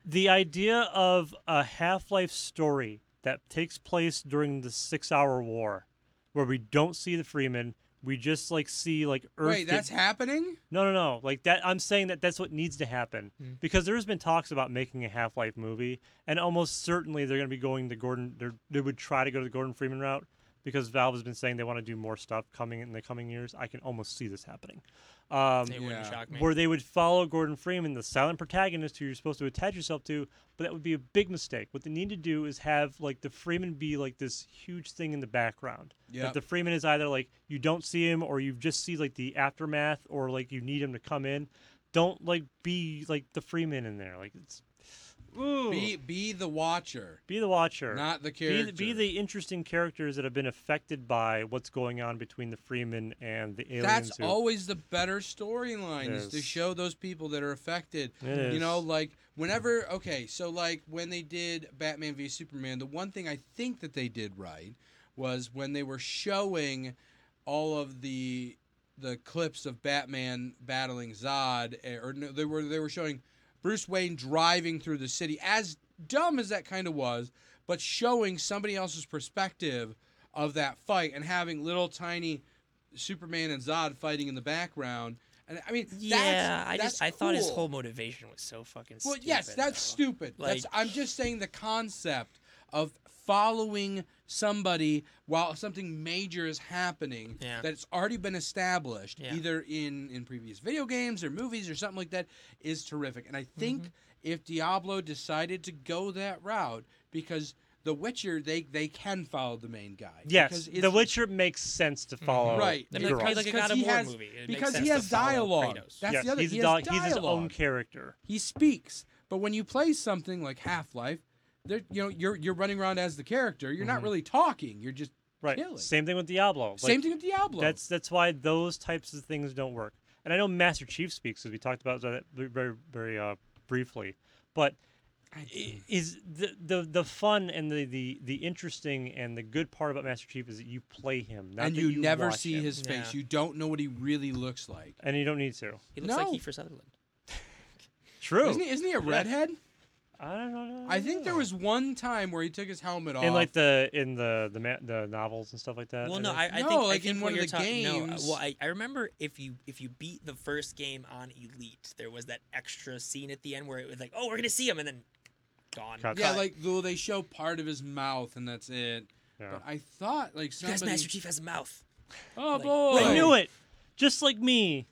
the idea of a Half Life story that takes place during the Six-Hour War, where we don't see the Freeman, we just like see like Earth.
Wait,
get-
that's happening?
No, no, no. Like that, I'm saying that that's what needs to happen
Mm.
because there's been talks about making a Half-Life movie, and almost certainly they're going to be going the Gordon. they're- They would try to go to the Gordon Freeman route because Valve has been saying they want to do more stuff coming in the coming years. I can almost see this happening, um,
It wouldn't
Yeah.
shock me.
where they would follow Gordon Freeman, the silent protagonist who you're supposed to attach yourself to, but that would be a big mistake. What they need to do is have like the Freeman be like this huge thing in the background.
Yeah.
That the Freeman is either like you don't see him or you just see like the aftermath or like you need him to come in. Don't like be like the Freeman in there. Like it's ooh,
Be be the watcher,
be the watcher.
not the
be
character.
the, be the interesting characters that have been affected by what's going on between the Freeman and the aliens.
That's
who-
always the better storyline is to
Yes.
show those people that are affected.
It
You know,
is.
like whenever okay, so like when they did Batman v Superman, the one thing I think that they did right was when they were showing all of the the clips of Batman battling Zod, eh, or no, they were they were showing Bruce Wayne driving through the city. As dumb as that kind of was, but showing somebody else's perspective of that fight and having little tiny Superman and Zod fighting in the background. And I mean,
yeah,
that's,
I
that's
just I thought his
cool.
whole motivation was so fucking.
Well,
stupid,
yes, that's
though.
stupid. that's,
Like-
I'm just saying the concept of following somebody while something major is happening
Yeah.
that's already been established,
Yeah.
either in in previous video games or movies or something like that, is terrific. And I think
Mm-hmm.
if Diablo decided to go that route, because The Witcher, they they can follow the main guy.
Yes,
because
The
it's- Mm-hmm.
Witcher makes sense to follow.
Right.
That
You're
makes me
Geralt.
right.
like a
Because
God of
he
War
has-
movie. It makes
because he
sense to
has
follow
dialogue.
Kratos.
That's
yes,
the other.
he's,
he
a
has
dog- he's his own
dialogue.
character.
he speaks. But when you play something like Half Life, there you know you're you're running around as the character. You're not really talking. You're just
Mm-hmm. Right.
killing.
Same thing with Diablo. Like,
Same thing with Diablo.
That's that's why those types of things don't work. And I know Master Chief speaks, as we talked about that very very, very uh, briefly, but i- is the, the the fun and the, the the interesting and the good part about Master Chief is that you play him, not
and
that
you, never
watch
see
him.
his face.
Yeah.
You don't know what he really looks like.
and you don't need to.
He looks like
No.
Kiefer Sutherland.
True.
Isn't he, isn't he a redhead?
I don't know.
I think there was one time where he took his helmet off.
in like the in the the ma- the novels and stuff like that.
Well,
I
no,
think.
I, I
No,
think
like
I think
in
what
one of
you're
the
talking- no,
games.
uh, well, I, I remember if you if you beat the first game on Elite, there was that extra scene at the end where it was like, oh, we're gonna see him, and then gone.
Cut.
Yeah, like though they show part of his mouth and that's it.
Yeah.
But I thought like
Guys,
somebody.
Master Chief has a mouth.
Oh
like-
boy!
I knew it. Just like me.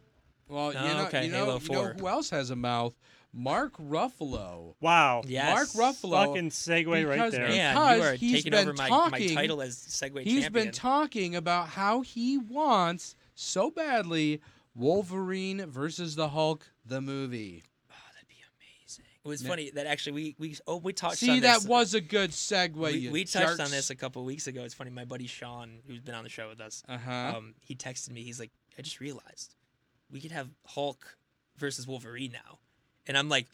Well, you
Oh,
know,
okay,
you know,
Halo
you know
4.
who else has a mouth? Mark Ruffalo.
Wow.
Yes.
Mark Ruffalo.
Fucking segue right
because-
there.
Yeah.
Man, you
because
are
he's
taking
been
over my,
talking-
my title as Segway
He's
champion.
been talking about how he wants so badly Wolverine versus the Hulk, the movie.
oh, that'd be amazing. It was
Yeah.
funny that actually we we oh we touched
See,
on
that
this.
was a good segue.
we,
you
we touched on
jerks.
this a couple weeks ago. It's funny. My buddy Sean, who's been on the show with us,
Uh huh.
um, he texted me. He's like, I just realized we could have Hulk versus Wolverine now, and I'm like.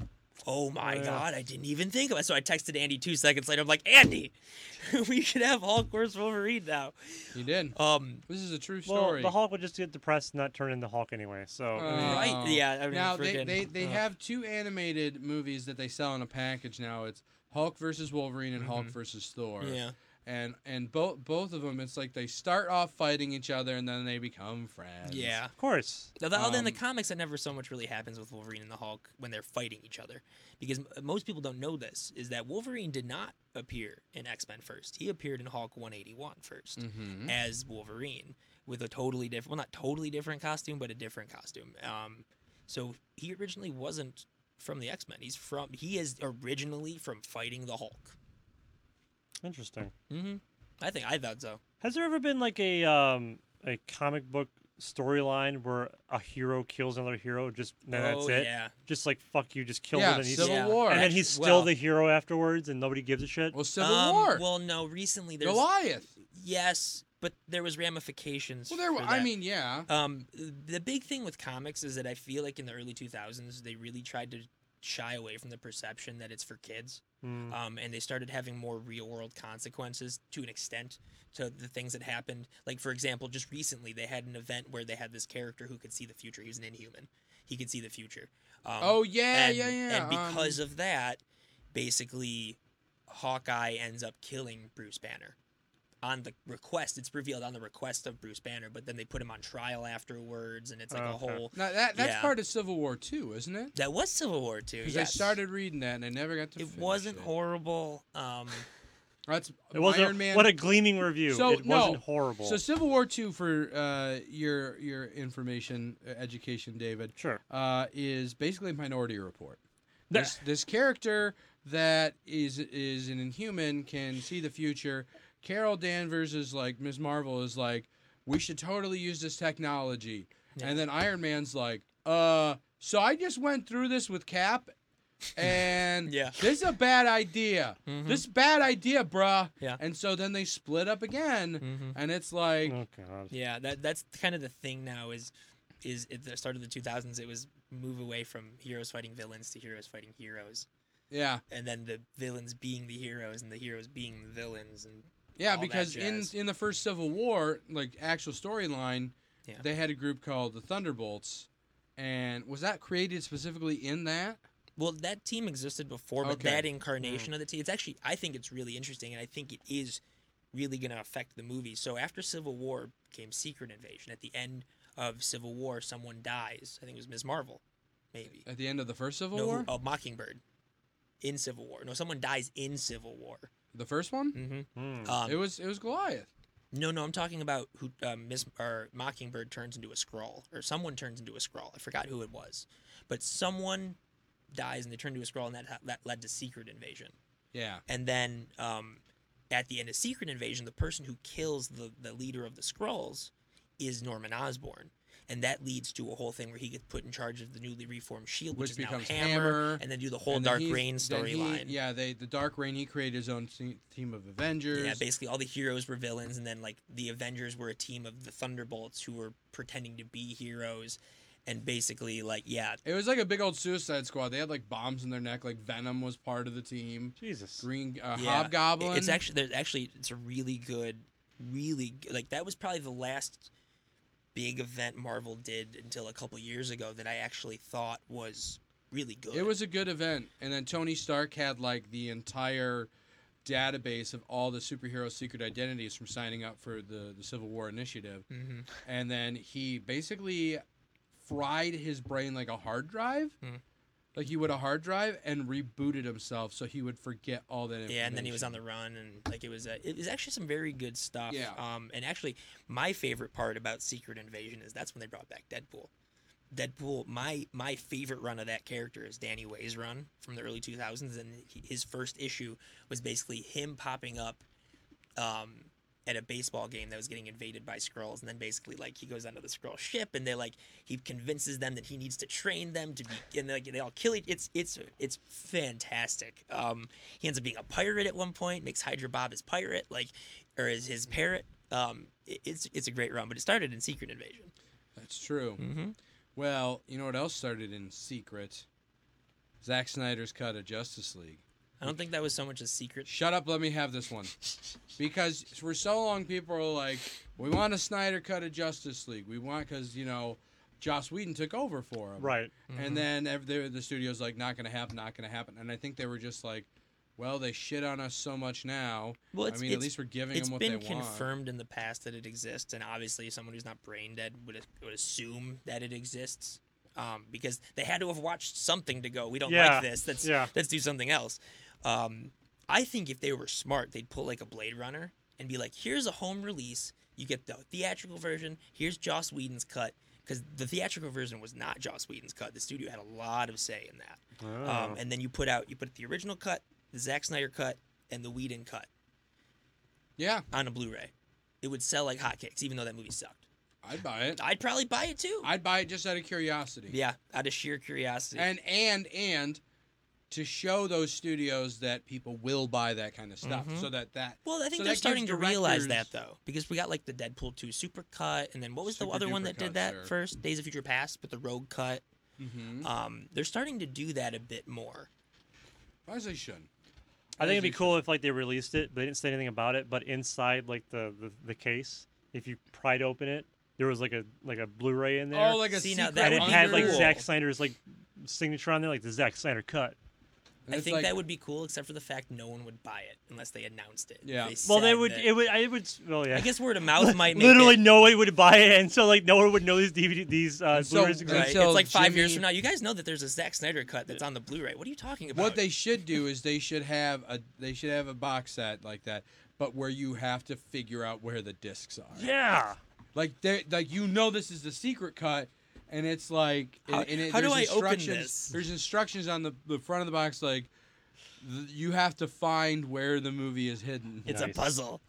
Oh my
yeah.
God! I didn't even think of it. So I texted Andy two seconds later. I'm like, Andy, we could have Hulk versus Wolverine now.
you did.
Um,
This is a true
Well,
story.
the Hulk would just get depressed and not turn into Hulk anyway. So I mean,
Uh,
right? Yeah. I mean,
now they,
friggin',
they, they
uh,
have two animated movies that they sell in a package now. It's Hulk versus Wolverine and Hulk versus Thor.
Mm-hmm. Yeah.
And and both both of them, it's like they start off fighting each other and then they become friends.
Yeah.
of course.
Now, the- other than the
Um,
comics, that never so much really happens with Wolverine and the Hulk when they're fighting each other, because m- most people don't know this is that Wolverine did not appear in X Men first. He appeared in Hulk 181 first
Mm-hmm.
as Wolverine with a totally different, well, not totally different costume, but a different costume. Um, so he originally wasn't from the X Men. He's from he is originally from fighting the Hulk.
Interesting.
Mm-hmm. I think I thought so.
Has there ever been like a um a comic book storyline where a hero kills another hero just and then
Oh,
that's it?
yeah.
Just like fuck you, just kill
Yeah,
him and he's
Civil
Yeah.
War.
and then he's still
Well-
the hero afterwards and nobody gives a shit.
Well, Civil
Um,
War.
Well, no. Recently, there's
Goliath.
yes, but there was ramifications.
Well, there.
for
I
that.
mean, yeah.
Um, the big thing with comics is that I feel like in the early 2000s they really tried to shy away from the perception that it's for kids,
uh,
Mm.
Mm-hmm.
um, and they started having more real world consequences to an extent to the things that happened. Like for example, just recently they had an event where they had this character who could see the future. He was an Inhuman. He could see the future. Um,
oh yeah,
and,
yeah, um, yeah.
And because of that, basically, Hawkeye ends up killing Bruce Banner on the request. It's revealed on the request of Bruce Banner, but then they put him on trial afterwards, and it's like a
Okay.
whole
now that that's
yeah.
part of Civil War too, isn't it?
that was Civil War too.
Because
yes.
I started reading that and I never got to.
It
finish
wasn't
it.
horrible. Um,
That's
It wasn't
Iron Man.
what a gleaming review.
So,
it wasn't
no.
horrible.
So Civil War Two for uh, your your information uh, education, David,
sure.
uh, is basically Minority Report. This this character that is is an inhuman can see the future. Carol Danvers is like Ms. Marvel is like, we should totally use this technology.
Yeah.
And then Iron Man's like, uh, so I just went through this with Cap. And
Yeah.
this is a bad idea.
Mhm.
This is a bad idea, bruh.
Yeah.
And so then they split up again.
mhm.
And it's like,
Oh god.
Yeah, that that's kind of the thing now is is at the start of the 2000s it was move away from heroes fighting villains to heroes fighting heroes
yeah,
and then the villains being the heroes and the heroes being the villains and
yeah,
All that
because in
jazz.
in the first Civil War, like actual storyline,
Yeah.
they had a group called the Thunderbolts, and was that created specifically in that?
well that team existed before but
Okay. Mm.
that incarnation of the team it's actually i think it's really interesting and i think it is really going to affect the movie so after civil war came secret invasion at the end of civil war someone dies i think it was ms marvel maybe
At the end of the first Civil
no
War,
who- oh, mockingbird in civil war no someone dies in civil war
the first one,
mm-hmm.
Mm.
um,
it was it was Goliath.
No, no, I'm talking about who um, Miss or Mockingbird turns into a scroll, or someone turns into a scroll. I forgot who it was, but someone dies and they turn into a scroll, and that ha- that led to Secret Invasion.
Yeah,
And then um, at the end of Secret Invasion, the person who kills the the leader of the Skrulls is Norman Osborn, and that leads to a whole thing where he gets put in charge of the newly reformed Shield,
Which
which, is now
becomes
Hammer,
Hammer,
and then do the whole
And then
Dark
he's-
Reign
then he-
storyline.
Yeah, they the Dark Reign. He created his own te- team of Avengers.
Yeah, basically all the heroes were villains, and then like the Avengers were a team of the Thunderbolts who were pretending to be heroes, and basically like yeah,
it was like a big old Suicide Squad. They had like bombs in their neck. Like Venom was part of the team.
Jesus.
Green uh,
yeah.
Hobgoblin.
It's actually there's actually it's a really good, really g- like that was probably the last big event Marvel did until a couple years ago that I actually thought was really good.
It was a good event, and then Tony Stark had like the entire database of all the superhero secret identities from signing up for the the Civil War initiative,
Mhm.
and then he basically fried his brain like a hard drive,
Hmm.
Like he would a hard drive and rebooted himself so he would forget all that information.
Yeah, and then he was on the run, and like it was, uh, it was actually some very good stuff.
Yeah.
Um, and actually, my favorite part about Secret Invasion is that's when they brought back Deadpool. Deadpool, my my favorite run of that character is Danny Way's run from the early 2000s, and he, his first issue was basically him popping up, um, at a baseball game that was getting invaded by Skrulls, and then basically like he goes onto the Skrull ship, and they like he convinces them that he needs to train them to be, and like they all kill each. It's it's it's fantastic. Um, he ends up being a pirate at one point, makes Hydra Bob his pirate, like or his his parrot. Um, it- it's it's a great run, but it started in Secret Invasion.
That's true.
Mm-hmm.
Well, you know what else started in secret? Zack Snyder's cut of Justice League.
I don't think that was so much a secret.
Shut up, let me have this one. Because for so long, people are like, we want a Snyder cut of Justice League. We want, because, you know, Joss Whedon took over for him.
Right.
Mm-hmm.
And then ev- they- the studio's like, not going to happen, not going to happen. And I think they were just like, well, they shit on us so much now.
Well,
I
it's,
mean,
it's,
at least we're giving
it's
them what
been
they want.
confirmed in the past that it exists, and obviously, someone who's not brain dead would, would assume that it exists um, because they had to have watched something to go. We don't
Yeah,
like this. Let's
yeah.
let's do something else. Um, I think if they were smart, they'd pull like a Blade Runner and be like, "Here's a home release. You get the theatrical version. Here's Joss Whedon's cut." Because the theatrical version was not Joss Whedon's cut. The studio had a lot of say in that.
Oh.
Um, and then you put out you put the original cut, the Zack Snyder cut, and the Whedon cut
Yeah,
on a Blu-ray. It would sell like hotcakes, even though that movie sucked.
I'd buy it.
I'd probably buy it too.
I'd buy it just out of curiosity.
yeah, out of sheer curiosity.
and and and to show those studios that people will buy that kind of stuff
Mhm.
so that that
well, I think
so that
they're
gives
starting to realize
directors-
that though, because we got like the Deadpool 2 super cut, and then what was the
Super
other one
duper
that
cut,
did that
sir.
first? Days of Future Past, but the Rogue cut.
Mhm.
Um, they're starting to do that a bit more.
Why is they shouldn't
I think
As
it'd be
you
cool if like they released it, but they didn't say anything about it. But inside like the the, the case, if you pried open it, there was like a like a Blu-ray in there,
oh like a
See, now
secret
that
and it
would be
had like
cool.
Zack Snyder's like signature on there, like the Zack Snyder cut.
And
I
it's
think
like-
that would be cool, except for the fact no one would buy it unless they announced it.
Yeah.
Well, they
said
would
that-
it would I would well yeah.
I guess word of mouth might make
Literally,
it,
no one would buy it, and so like no one would know these DVD these uh,
And so-
Blu-rays
Right.
exist.
Right. It's like five years
Jimmy-
from now. You guys know that there's a Zack Snyder cut that's on the Blu-ray. What are you talking about?
what they should do is they should have a they should have a box set like that but where you have to figure out where the discs are
Yeah,
like they like you know this is the secret cut and it's like and,
How-
and it,
how do
there's
I open
instructions,
this?
there's instructions on the, the front of the box like th- you have to find where the movie is hidden
It's
Nice.
a puzzle.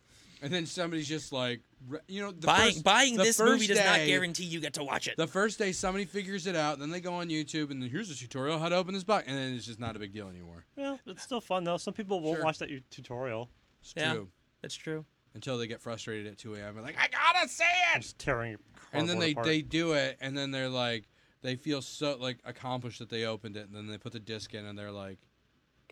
And then somebody's just like, re- you know, the
buying
first,
buying
the
this movie
first
does not
day-
guarantee you get to watch it.
The first day somebody figures it out, then they go on YouTube and then here's a tutorial how to open this box, and then it's just not a big deal anymore.
well, it's still fun though. Some people won't
Sure.
watch that u- tutorial.
It's
Yeah.
true
That's true.
until they get frustrated at 2 a.m. and like I gotta see it,
Just tearing your
and then
cardboard
they
apart.
they do it, and then they're like they feel so like accomplished that they opened it, and then they put the disc in and they're like,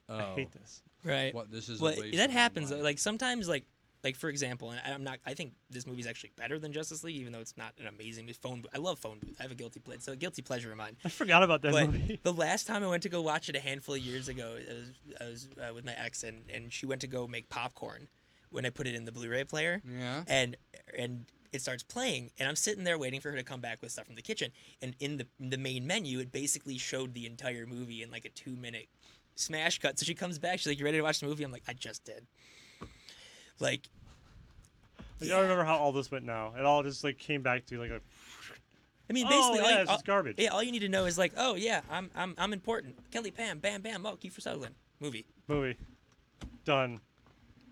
oh,
I hate this.
Right.
what this is. a
Well,
waste of
that
my
happens. uh,
life."
Like sometimes, like like for example, and I'm not. I think this movie's actually better than Justice League, even though it's not an amazing it's phone. booth. I love phone booth. I have a guilty pleasure. It's a guilty pleasure of mine.
I forgot about that
But
movie.
the last time I went to go watch it a handful of years ago, I was, I was uh, with my ex, and, and she went to go make popcorn when I put it in the Blu-ray player.
yeah,
and and it starts playing and i'm sitting there waiting for her to come back with stuff from the kitchen and in the in the main menu it basically showed the entire movie in like a two minute smash cut so she comes back she's like you ready to watch the movie i'm like i just did like
Like, I don't remember how all this went now. It all just like came back to like a
i mean
Oh,
basically all
yeah,
you-
it's just
all-
garbage.
yeah all you need to know is like oh yeah i'm i'm, I'm important kelly pam bam bam oh kiefer sutherland movie
movie. Done.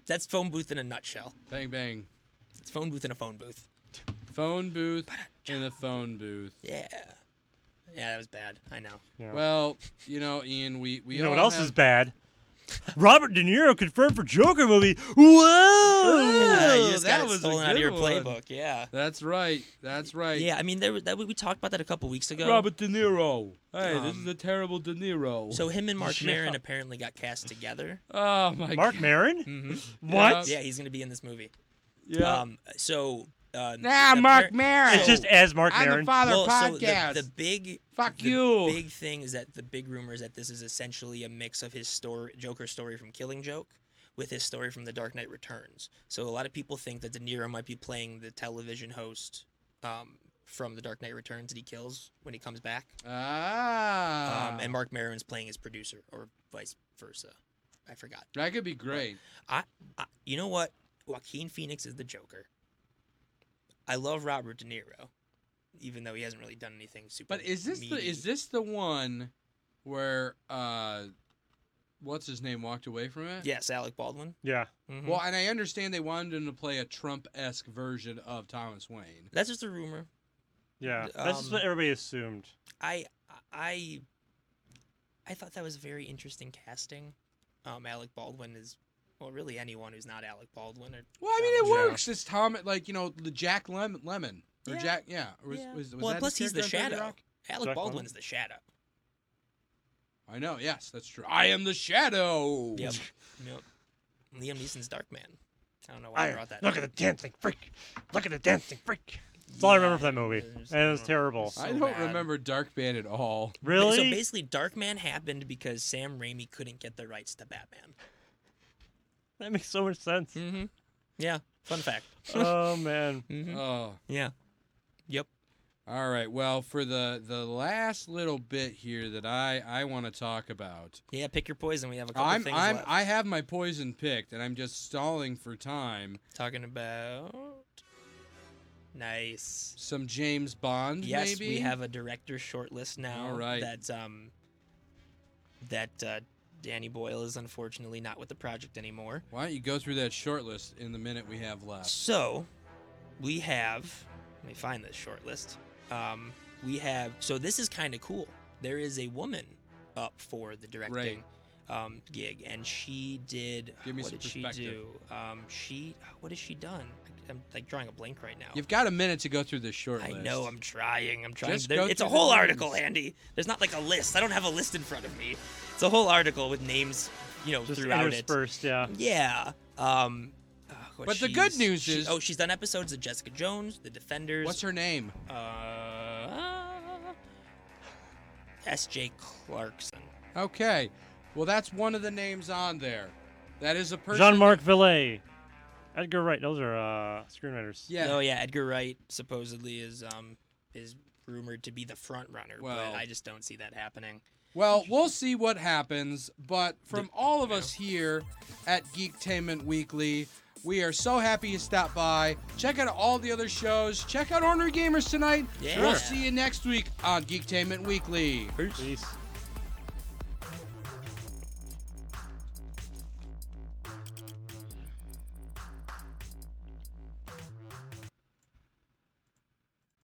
that's phone booth in a nutshell
bang bang,
it's phone booth in a phone booth
phone booth in the phone booth.
yeah yeah that was bad i know
Yeah.
Well, you know, Ian, we we
you know
all
what else
have,
is bad? Robert De Niro confirmed for Joker movie. Whoa!
Yeah,
Oh,
you just
that
got it
was a
stolen out of
good
your
one.
playbook yeah
That's right. That's right.
Yeah, I mean, there was, that, we talked about that a couple weeks ago.
Robert De Niro. Hey, this is
Um,
a terrible De Niro.
So him and Mark
Yeah.
Maron apparently got cast together.
oh my
Mark
God.
Maron?
Mm-hmm.
What?
Yeah, he's gonna be in this movie.
Yeah.
Um, so. Uh,
nah,
the
Mark
appar-
Maron.
It's just as Mark
I'm the
Maron.
father
well, so the-
podcast.
the, big
Fuck
the
you.
Big thing is that the big rumor is that this is essentially a mix of his story, Joker story from Killing Joke, with his story from The Dark Knight Returns. So a lot of people think that De Niro might be playing the television host um, from The Dark Knight Returns that he kills when he comes back.
Ah,
Um, and Mark Maron's playing his producer, or vice versa. I forgot.
that could be great.
I, you know what? Joaquin Phoenix is the Joker. I love Robert De Niro, even though he hasn't really done anything super.
But is this the
meaty.
is this the one where uh, what's his name walked away from it?
Yes, Alec Baldwin.
Yeah.
Mhm.
Well, and I understand they wanted him to play a Trump esque version of Thomas Wayne.
that's just a rumor.
Yeah.
D-
That's just what
um,
everybody assumed.
I I I thought that was very interesting casting. Um, Alec Baldwin is well, really anyone who's not Alec Baldwin. Or,
Well, I mean, it
Yeah.
works. It's Tom, like you know, the Jack Lem- Lemon or
Yeah.
Jack, yeah. Or Was,
Yeah.
was, was
well,
that
and plus
his
he's the
character on
shadow.
Rock?
Alec
Jack
Baldwin's the shadow.
I know. Yes, that's true. I am the shadow.
Yep. Yep. Liam Neeson's Darkman. I don't know why I, brought that. up.
dancing freak. Look at the dancing freak. That's all I remember
Yeah,
from that movie.
it was-
And it was
uh,
terrible.
it's-
I
So
don't
bad.
remember Dark Man at all.
Ba-
Really?
So basically, Darkman happened because Sam Raimi couldn't get the rights to Batman.
that makes so much sense.
Mm-hmm. Yeah. Fun fact.
oh man.
hmm
Oh.
Yeah. Yep.
All right. Well, for the the last little bit here that I I want to talk about,
Yeah. Pick your poison. We have a couple
I'm
things
I'm
left.
I have my poison picked, and I'm just stalling for time.
Talking about. Nice.
Some James Bond,
Yes,
maybe.
we have a director shortlist now.
All right.
That's um. That uh, Danny Boyle is unfortunately not with the project anymore.
Why don't you go through that short list in the minute we have left?
So, we have. Let me find this shortlist. Um, we have. So this is kind of cool. There is a woman up for the directing um, gig, and she did.
Give me
what
some
did she do?
perspective.
Um, she. What has she done? I'm like drawing a blank right now.
You've got a minute to go through this short
I
list.
know. I'm trying. I'm trying.
Just
There-
go
it's
through
a
the
whole article,
names.
Andy. There's not like a list. I don't have a list in front of me. It's a whole article with names, you know,
Just
throughout it.
interspersed, yeah.
Yeah. Um. uh, what
But the good
she's-
news
she-
is-
oh, she's done episodes of Jessica Jones, The Defenders.
What's her name?
Uh, S.J. Clarkson.
Okay. Well, that's one of the names on there. That is a person.
Jean Marc Vallée. Edgar Wright, those are uh, screenwriters.
Yeah.
Oh yeah, Edgar Wright supposedly is um is rumored to be the front runner,
Well-
but I just don't see that happening.
Well, we'll see what happens, but from
The-
all of us here at Geektainment Weekly, we are so happy you stopped by. Check out all the other shows. Check out Ornery Gamers tonight.
Yeah.
We'll see you next week on Geektainment Weekly.
Peace.